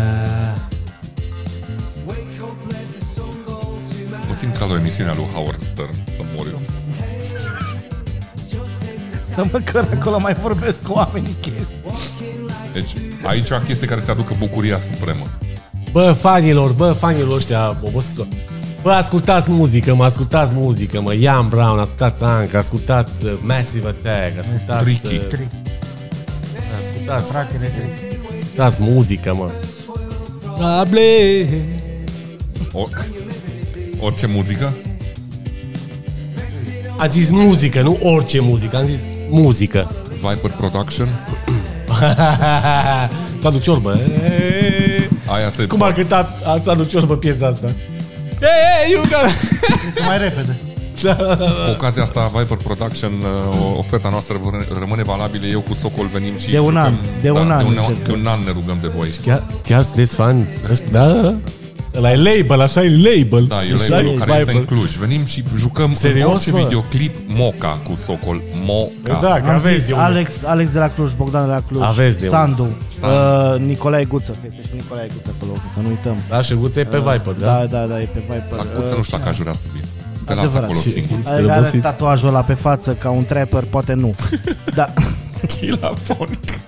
[SPEAKER 2] Mă simt ca la emisiunea lui Howard Stern, să mor eu.
[SPEAKER 4] Dar măcar acolo mai vorbesc cu oamenii chestii.
[SPEAKER 2] Deci, aici o chestie care se aducă bucuria supremă.
[SPEAKER 1] Bă, fanilor, bă, fanilor ăștia obosiți Bă, ascultați muzică, mă, ascultați muzică, mă, Ian Brown, ascultați Anca, ascultați uh, Massive Attack, ascultați...
[SPEAKER 2] Tricky.
[SPEAKER 1] uh,
[SPEAKER 4] Tricky.
[SPEAKER 1] Ascultați,
[SPEAKER 4] Fratele trebuie.
[SPEAKER 1] ascultați muzică, mă. Able.
[SPEAKER 2] O, orice muzică?
[SPEAKER 1] A zis muzică, nu orice muzică, am zis muzică.
[SPEAKER 2] Viper Production?
[SPEAKER 1] Sadu Ciorbă. eh.
[SPEAKER 2] Aia se...
[SPEAKER 1] Cum ar cânta Sadu Ciorbă piesa asta? Hey, hey, you gotta... Da.
[SPEAKER 4] Mai repede.
[SPEAKER 2] Cu ocazia asta, Viper Production, uh, o- oferta noastră vă- rămâne valabilă. Eu cu Socol venim și...
[SPEAKER 4] De un
[SPEAKER 2] jucăm- Da,
[SPEAKER 4] an, de un an
[SPEAKER 2] De un, an,
[SPEAKER 4] încercăm.
[SPEAKER 2] de un an ne rugăm de voi.
[SPEAKER 1] Chiar, chiar sunteți fan? Ăștia- Da? Ăla e label, așa e label.
[SPEAKER 2] Da, e
[SPEAKER 4] Deci
[SPEAKER 1] Așa
[SPEAKER 2] labelul care este în
[SPEAKER 1] Viber.
[SPEAKER 2] Cluj. Venim și jucăm
[SPEAKER 1] Serios,
[SPEAKER 2] în orice
[SPEAKER 1] mă?
[SPEAKER 2] videoclip Moca cu Socol. Moca.
[SPEAKER 1] Da, că
[SPEAKER 4] Am zis
[SPEAKER 1] aveți eu.
[SPEAKER 4] Alex, Alex de la Cluj, Bogdan de la Cluj,
[SPEAKER 1] Aveți de
[SPEAKER 4] Sandu, uh, Nicolae Guță, că este și Nicolae Guță acolo, să nu uităm.
[SPEAKER 1] Da, șeguță e pe Viper, da?
[SPEAKER 4] Da, da, da, e pe Viper.
[SPEAKER 2] La cuță nu știu dacă aș vrea să vin. Te las
[SPEAKER 4] Adevărat.
[SPEAKER 2] acolo
[SPEAKER 4] Și-
[SPEAKER 2] singur.
[SPEAKER 4] Are, are tatuajul ăla pe față ca un trapper, poate nu. da.
[SPEAKER 2] Chilafonic.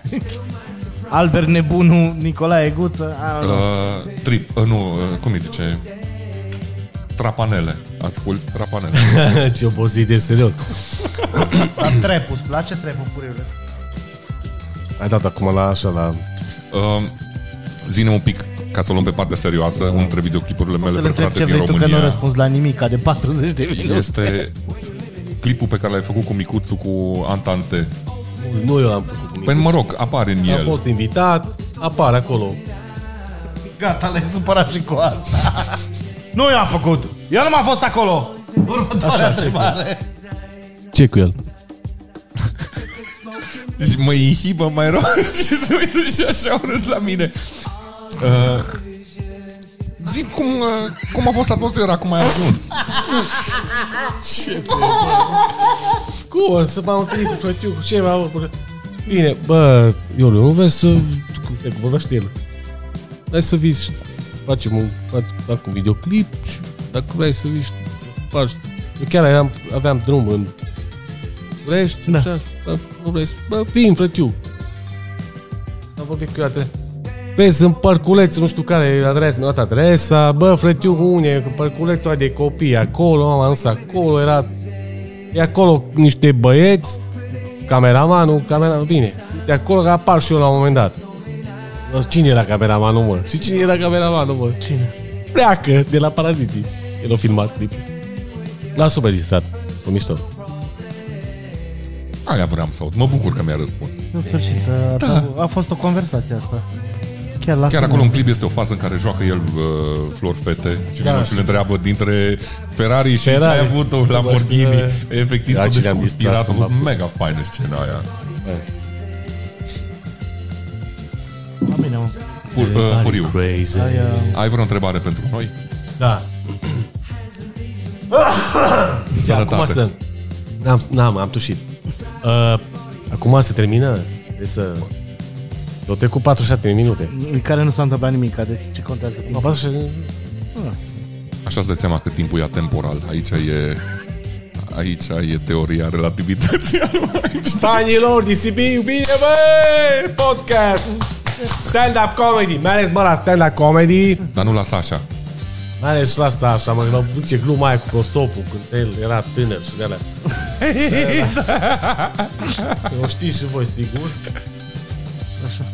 [SPEAKER 4] Albert Nebunu, Nicolae Guță.
[SPEAKER 1] Da.
[SPEAKER 4] A, uh,
[SPEAKER 2] Uh, trip, uh, nu, uh, cum îi zice? Trapanele. Ascult trapanele.
[SPEAKER 1] Ce obosit, ești serios.
[SPEAKER 4] la trap da, îți place trapul puriule?
[SPEAKER 1] Ai dat acum la așa, la...
[SPEAKER 2] Uh, zine un pic, ca să o luăm pe partea serioasă, unul dintre videoclipurile
[SPEAKER 4] Să
[SPEAKER 2] mele
[SPEAKER 4] le întreb
[SPEAKER 2] preferate
[SPEAKER 4] ce
[SPEAKER 2] din
[SPEAKER 4] vrei tu, că nu
[SPEAKER 2] România
[SPEAKER 4] răspunzi la nimica de 40 de minute.
[SPEAKER 2] este clipul pe care l-ai făcut cu Micuțu cu Antante.
[SPEAKER 1] Nu eu l-am făcut cu mine.
[SPEAKER 2] Păi mă rog, apare în
[SPEAKER 1] Am
[SPEAKER 2] el.
[SPEAKER 1] fost invitat, apar acolo.
[SPEAKER 4] Gata, le-ai supărat și cu asta. nu i-am făcut. Eu nu m-am fost acolo. Următoarea întrebare.
[SPEAKER 1] ce cu el?
[SPEAKER 2] Și mă inhibă mai rău și se uită și așa urât la mine. Uh, zi cum, uh, cum a fost atmosfera, cum ai ajuns.
[SPEAKER 1] Cum o să m-am întâlnit cu frățiu, cu ce m-am... cu- Bine, bă, eu nu vreau să... Cum te cum vorbește el? Hai să vii și facem un... fac- Fac un videoclip și dacă vrei să vii și faci... Eu chiar aveam, aveam drum în București, da. așa, bă, nu vrei să... Bă, vin, frățiu. Am vorbit cu iată. Vezi, în parculeț, nu știu care e adresa, mi-a dat adresa, bă, frățiu, unde e? Că Parculețul ăla de copii, acolo, am ajuns acolo, era E acolo niște băieți, cameramanul, cameramanul, bine. De acolo că apar și eu la un moment dat. Bă, Cine era cameramanul, mă? Și cine era cameramanul, mă? Cine? Pleacă de la paraziții. El a filmat clipul. L-a super distrat. Cu mișto.
[SPEAKER 2] Aia vreau să aud. Mă bucur că mi-a răspuns.
[SPEAKER 4] uh, În sfârșit, a, a fost o conversație asta. Chiar la
[SPEAKER 2] Chiar
[SPEAKER 4] final.
[SPEAKER 2] acolo în clip este o fază în care joacă el uh, flori fete și da. și le întreabă dintre Ferrari și Ferrari. ce ai avut o Lamborghini.
[SPEAKER 1] Bă,
[SPEAKER 2] Efectiv,
[SPEAKER 1] Da,
[SPEAKER 2] s-a
[SPEAKER 1] ce le-am distras
[SPEAKER 2] descuspirat. A
[SPEAKER 1] în
[SPEAKER 2] fost
[SPEAKER 1] laptop.
[SPEAKER 2] mega faină scena aia.
[SPEAKER 4] Ah, Bine, mă.
[SPEAKER 2] Pur, uh, Puriu,
[SPEAKER 5] Crazy.
[SPEAKER 4] Ai, uh,
[SPEAKER 2] ai vreo întrebare pentru noi?
[SPEAKER 1] Da. Și
[SPEAKER 2] Sănătate.
[SPEAKER 1] Deci, acum să... N-am, n-am, am tușit. Uh, acum se termină? Trebuie să... O trecut 47 de minute.
[SPEAKER 4] în care nu s-a întâmplat nimic, deci ce contează
[SPEAKER 1] Mă,
[SPEAKER 4] timp?
[SPEAKER 1] 47...
[SPEAKER 2] Așa îți dai seama că timpul e atemporal. Aici e... Aici e teoria relativității al Einstein.
[SPEAKER 1] Fanilor, DCB, bine bă! Podcast! Stand-up comedy, mai ales bă la stand-up comedy.
[SPEAKER 2] Dar nu lasa așa.
[SPEAKER 1] Mai ales la asta așa, mă, am văzut ce gluma aia cu prosopul când el era tânăr și de alea. O știți și voi, sigur? Așa.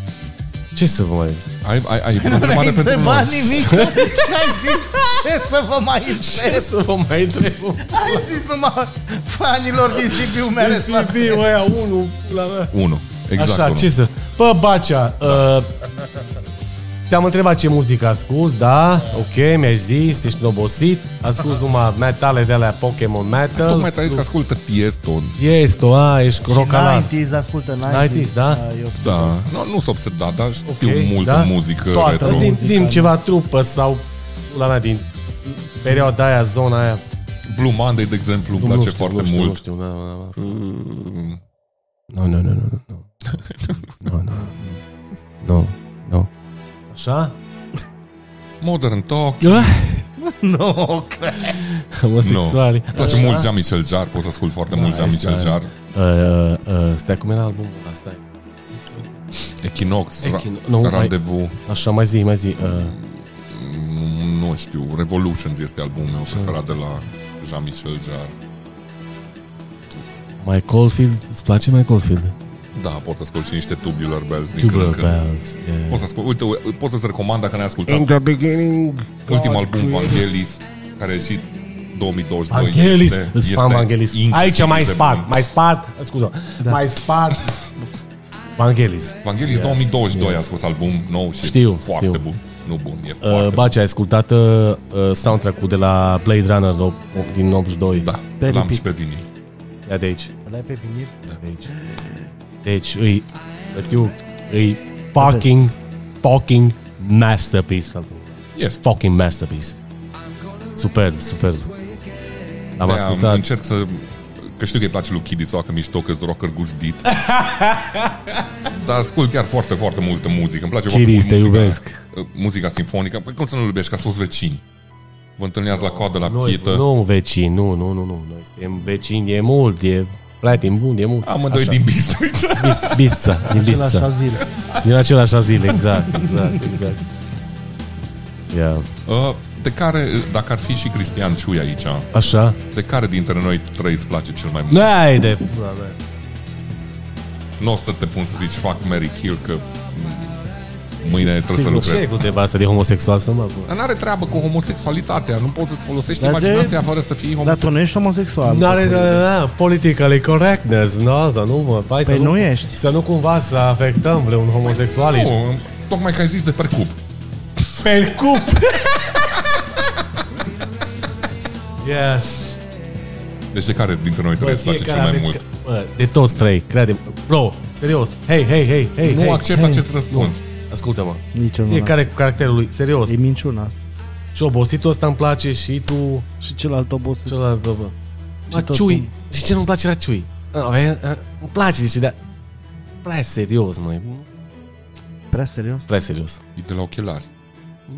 [SPEAKER 1] Ce să vă mai zic?
[SPEAKER 2] Ai, ai, ai vreo întrebare pentru
[SPEAKER 4] Ba
[SPEAKER 2] noi?
[SPEAKER 4] nimic, ce ai zis? Ce să vă mai
[SPEAKER 1] Ce
[SPEAKER 4] întreb?
[SPEAKER 1] să vă mai întreb?
[SPEAKER 4] Ai zis numai fanilor din Sibiu mele să
[SPEAKER 1] DCB, ăia, unul, la mea.
[SPEAKER 2] 1. Exact. Da.
[SPEAKER 1] Așa,
[SPEAKER 2] unul.
[SPEAKER 1] ce să... Bă, Bacea, uh, te-am întrebat ce muzică asculti, da? Ok, mi-ai zis, ești obosit. Ascult numai metale de alea Pokémon Metal.
[SPEAKER 2] Tocmai ți-a zis că ascultă Tiesto.
[SPEAKER 1] Este, o, a, ești rocalar.
[SPEAKER 4] 90s, ascultă
[SPEAKER 1] 90s,
[SPEAKER 4] 90s,
[SPEAKER 1] da?
[SPEAKER 4] e obs-
[SPEAKER 2] Da. Nu, nu s-a obsedat, dar știu
[SPEAKER 1] Ok,
[SPEAKER 2] multă
[SPEAKER 1] da?
[SPEAKER 2] muzică
[SPEAKER 4] Toată
[SPEAKER 2] retro.
[SPEAKER 1] Zim,
[SPEAKER 4] muzica,
[SPEAKER 1] zim
[SPEAKER 4] nu?
[SPEAKER 1] ceva trupă sau la mea din perioada aia, zona aia.
[SPEAKER 2] Blue Monday, de exemplu,
[SPEAKER 1] Nu
[SPEAKER 2] îmi place
[SPEAKER 1] știu, nu
[SPEAKER 2] foarte
[SPEAKER 1] știu, Nu
[SPEAKER 2] mult.
[SPEAKER 1] știu, nu știu, nu,
[SPEAKER 2] Mm,
[SPEAKER 1] nu, nu, nu, nu, nu, nu, nu, nu, nu. Așa?
[SPEAKER 2] Modern Talk.
[SPEAKER 4] Nu, cred.
[SPEAKER 1] Homosexuali.
[SPEAKER 2] Îmi place mult Jean Michel Jar, pot să ascult foarte
[SPEAKER 1] Da,
[SPEAKER 2] mult Jean Michel
[SPEAKER 1] stai.
[SPEAKER 2] Jar.
[SPEAKER 1] Uh, uh, stai, cum era albumul ăla? Stai.
[SPEAKER 2] Equinox,
[SPEAKER 1] Equino- nu,
[SPEAKER 2] Ra-
[SPEAKER 1] mai-
[SPEAKER 2] Rendezvous,
[SPEAKER 1] Așa, mai zi, mai zi. Uh,
[SPEAKER 2] mm, nu știu, Revolutions este albumul meu preferat de la Jean Michel Jar.
[SPEAKER 1] Mike Caulfield, îți place Mike Caulfield?
[SPEAKER 2] Da, pot să ascult și niște Tubular Bells din când în
[SPEAKER 1] Tubular
[SPEAKER 2] când.
[SPEAKER 1] Bells.
[SPEAKER 2] Pot să ascult, uite, u- pot să-ți recomand dacă n-ai ascultat
[SPEAKER 1] the beginning,
[SPEAKER 2] ultimul album Vangelis, care a ieșit 2022.
[SPEAKER 1] Vangelis,
[SPEAKER 2] Este-
[SPEAKER 1] îți
[SPEAKER 2] este
[SPEAKER 1] spam Vangelis.
[SPEAKER 2] incredibil
[SPEAKER 1] Aici mai
[SPEAKER 2] de
[SPEAKER 1] spart,
[SPEAKER 2] bun.
[SPEAKER 1] mai spart, scuză, mai spart. Vangelis.
[SPEAKER 2] Vangelis 2022 a scos album nou și
[SPEAKER 1] Știu,
[SPEAKER 2] e foarte
[SPEAKER 1] știu.
[SPEAKER 2] bun. Nu bun, e
[SPEAKER 1] Uh,
[SPEAKER 2] foarte bun.
[SPEAKER 1] Bace, ai ascultat uh, uh, soundtrack-ul de la Blade Runner op- op- din 82?
[SPEAKER 2] Da,
[SPEAKER 4] Pe
[SPEAKER 2] l-am
[SPEAKER 4] repeat.
[SPEAKER 2] și pe vinil.
[SPEAKER 1] Ia de aici.
[SPEAKER 4] Ăla e pe vinil?
[SPEAKER 1] De aici. Deci, îi, știu, îi fucking, fucking masterpiece. album.
[SPEAKER 2] Este.
[SPEAKER 1] Fucking masterpiece. Superb, superb. Am
[SPEAKER 2] Da, Am
[SPEAKER 1] ascultat.
[SPEAKER 2] Încerc să... Că știu că îi place lui Kiddy sau că mișto că rocker good beat. Dar ascult chiar foarte, foarte multă muzică. Îmi place
[SPEAKER 1] Kiddies,
[SPEAKER 2] foarte
[SPEAKER 1] te
[SPEAKER 2] mult muzica, Uh,
[SPEAKER 1] iubesc.
[SPEAKER 2] Muzica sinfonică. Păi cum să nu-l iubești, ca să vecini. Vă întâlneați la coadă, la
[SPEAKER 1] Noi,
[SPEAKER 2] pietă.
[SPEAKER 1] nu vecini, nu, nu, nu, nu. Noi suntem vecini, e mult, e prieten bun, e mult.
[SPEAKER 2] Amândoi
[SPEAKER 1] Așa.
[SPEAKER 2] din Bistrița.
[SPEAKER 1] Bis- Bistrița, din
[SPEAKER 4] Același
[SPEAKER 1] Bistrița.
[SPEAKER 4] azil.
[SPEAKER 1] Din același azil, exact, exact, exact. Yeah.
[SPEAKER 2] Uh, De care, dacă ar fi și Cristian Ciui aici,
[SPEAKER 1] Așa.
[SPEAKER 2] de care dintre noi trei îți place cel mai mult?
[SPEAKER 1] N-ai de...
[SPEAKER 2] Nu o să te pun să zici fac Mary Kill că mâine trebuie să
[SPEAKER 1] Sigur, ce
[SPEAKER 2] lucrezi.
[SPEAKER 1] cu treaba asta de homosexual să mă...
[SPEAKER 2] Dar n-are treabă cu homosexualitatea, nu poți să-ți folosești
[SPEAKER 4] Dar de-
[SPEAKER 2] imaginația fără să fii
[SPEAKER 4] Dar
[SPEAKER 2] homosexual.
[SPEAKER 4] tu nu ești homosexual.
[SPEAKER 1] N-are, da, da, politically correctness, no, să nu mă, vai
[SPEAKER 4] Păi
[SPEAKER 1] să nu,
[SPEAKER 4] nu ești.
[SPEAKER 1] Să nu cumva să afectăm vreun homosexualist.
[SPEAKER 2] Nu, tocmai că ai zis de percup.
[SPEAKER 1] Pe cup! yes.
[SPEAKER 2] Deci de care dintre noi trei îți place cel
[SPEAKER 1] fiecare
[SPEAKER 2] mai
[SPEAKER 1] aveți
[SPEAKER 2] mult?
[SPEAKER 1] că- Bă, de toți trei, crede Bro, serios. Hei, hei, hei, hei.
[SPEAKER 2] Nu
[SPEAKER 1] hei,
[SPEAKER 2] accept
[SPEAKER 1] hei.
[SPEAKER 2] acest răspuns.
[SPEAKER 1] Ascultă-mă.
[SPEAKER 4] Nici eu nu.
[SPEAKER 1] Fiecare cu caracterul lui, serios.
[SPEAKER 4] E minciuna asta.
[SPEAKER 1] Și obositul ăsta îmi place și tu,
[SPEAKER 4] Și celălalt obos.
[SPEAKER 1] celălalt, bă, bă. Mă,
[SPEAKER 4] tot
[SPEAKER 1] ciui.
[SPEAKER 4] cum.
[SPEAKER 1] Și ce nu-mi place la ciui? A, avea- a, Îmi place, zice, dar... Prea serios, măi.
[SPEAKER 4] Prea serios?
[SPEAKER 1] Prea serios.
[SPEAKER 2] E de la ochelari.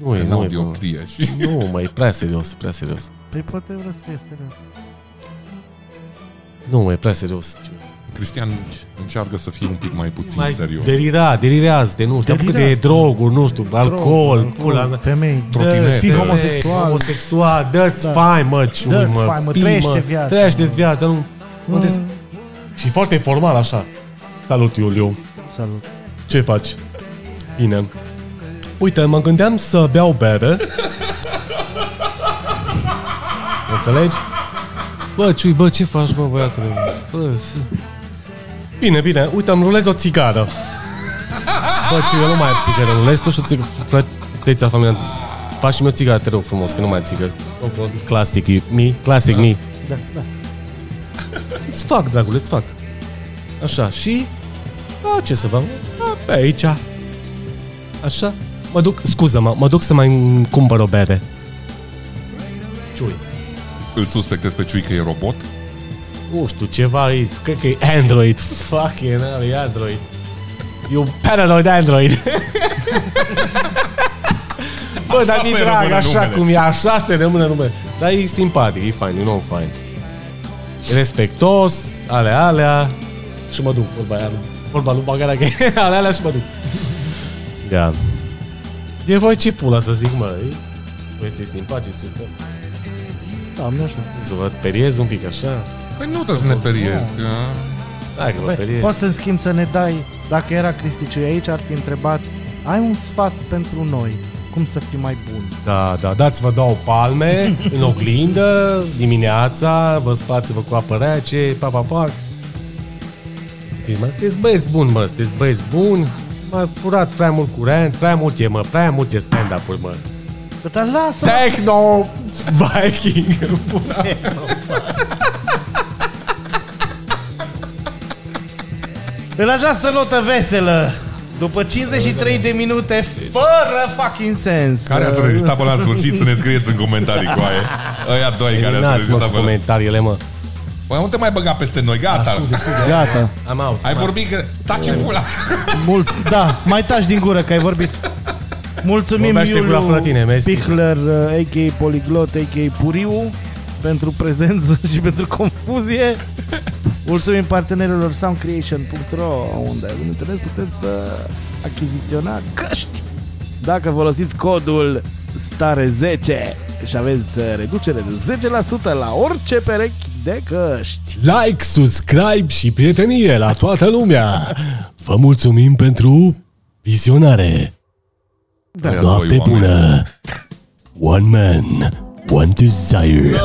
[SPEAKER 1] Nu e,
[SPEAKER 2] În
[SPEAKER 1] nu e. bă.
[SPEAKER 2] audioptrie și...
[SPEAKER 1] Nu, măi, prea serios, prea serios.
[SPEAKER 4] Păi poate vrea să fie serios.
[SPEAKER 1] Nu, măi, prea serios. Ciui.
[SPEAKER 2] Cristian încearcă să fie un pic mai puțin serios.
[SPEAKER 1] Delira, delirează-te, nu știu, apucă de
[SPEAKER 4] Delirează-te.
[SPEAKER 1] droguri, nu știu, alcool, pula mea.
[SPEAKER 4] Femei.
[SPEAKER 2] trotinete.
[SPEAKER 4] Fii
[SPEAKER 1] dă-te,
[SPEAKER 4] homosexual. Da.
[SPEAKER 1] Homosexual, dă-ți fain, mă, ciumi,
[SPEAKER 4] Dă-ți
[SPEAKER 1] mă,
[SPEAKER 4] fain, mă,
[SPEAKER 1] fii,
[SPEAKER 4] trăiește viața,
[SPEAKER 1] Trăiește-ți viața, nu... nu te- Și foarte formal, așa. Salut, Iuliu,
[SPEAKER 4] Salut.
[SPEAKER 1] ce faci? Bine. Uite, mă gândeam să beau bere. Înțelegi? Bă, ciui, bă, ce faci, bă, băiatule? Bă, ce- Bine, bine, uite, îmi rulez o țigară. Bă, ci eu nu mai am țigări, nu lezi tu și o țigări, frăteța familia. Faci și mi o țigară, te rog frumos, că nu mai am țigări. Classic, e- mi, classic, mi.
[SPEAKER 4] Da, da.
[SPEAKER 1] Îți fac, dragule, îți fac. Așa, și... A, ce să fac? A, pe aici. Așa. Mă duc, scuză-mă, mă duc să mai cumpăr o bere. Ciui.
[SPEAKER 2] Îl suspectez pe Ciui că e robot?
[SPEAKER 1] Nu știu, ceva e, cred că e Android. Fucking hell, e Android. E un paranoid Android. Bă,
[SPEAKER 2] Așa
[SPEAKER 1] dar mi-e
[SPEAKER 2] mai
[SPEAKER 1] drag,
[SPEAKER 2] rămâne
[SPEAKER 1] așa
[SPEAKER 2] numele.
[SPEAKER 1] cum e, așa se rămâne numele. Dar e simpatic, e fain, e un om fain. E respectos, alea, alea. Și mă duc, vorba aia, vorba lui Bagara, că e alea, alea și mă duc. Da. E voi ce pula să zic, mă? E- Bă, este simpatic, ce-
[SPEAKER 4] Doamne, Da, așa.
[SPEAKER 1] să vă periez un pic așa.
[SPEAKER 2] Păi nu trebuie să ne periez, că...
[SPEAKER 1] Hai că
[SPEAKER 2] Păi,
[SPEAKER 1] vă
[SPEAKER 4] Băi,
[SPEAKER 1] periez.
[SPEAKER 4] poți să-mi schimb să ne dai, dacă era Cristiciu aici, ar fi întrebat, ai un sfat pentru noi, cum să fii mai bun?
[SPEAKER 1] Da, da, dați-vă două palme în oglindă, dimineața, vă spați-vă cu apă rece, pa, pa, pa. Să fiți mai... Sunteți băieți buni, mă, sunteți băieți buni. Mă, furați prea mult curent, prea mult e, mă, prea mult e stand-up-ul, mă.
[SPEAKER 4] Bă, Dar lasă
[SPEAKER 1] Techno Viking.
[SPEAKER 2] Da.
[SPEAKER 4] În această notă veselă, după 53 de minute, fără fucking sens.
[SPEAKER 2] Deci- Care ați
[SPEAKER 4] Uh,
[SPEAKER 2] rezistat până la sfârșit să ne scrieți în comentarii cu aia. Aia doi care ați
[SPEAKER 1] Eliminați, mă,
[SPEAKER 2] rezistat
[SPEAKER 1] cu
[SPEAKER 2] până la...
[SPEAKER 1] comentariile, mă.
[SPEAKER 2] Păi nu te mai băga peste noi, gata.
[SPEAKER 4] Gata,
[SPEAKER 1] Am out.
[SPEAKER 2] Ai vorbit că... Taci pula!
[SPEAKER 4] mult, da, mai taci din gură că ai vorbit. Mulțumim
[SPEAKER 1] Vorbește gura fără tine,
[SPEAKER 4] Iuliu
[SPEAKER 1] mersi.
[SPEAKER 4] Pichler, uh, a.k.a. Poliglot, a.k.a. Puriu, pentru prezență și pentru confuzie. Mulțumim partenerilor soundcreation.ro unde, bineînțeles, puteți să achiziționa căști dacă folosiți codul STARE10 și aveți uh, reducere de 10% la orice perechi de căști.
[SPEAKER 1] Like, subscribe și prietenie la toată lumea. Vă mulțumim pentru vizionare.
[SPEAKER 2] Aia
[SPEAKER 5] Noapte
[SPEAKER 2] doi oameni.
[SPEAKER 5] bună! One man, one desire.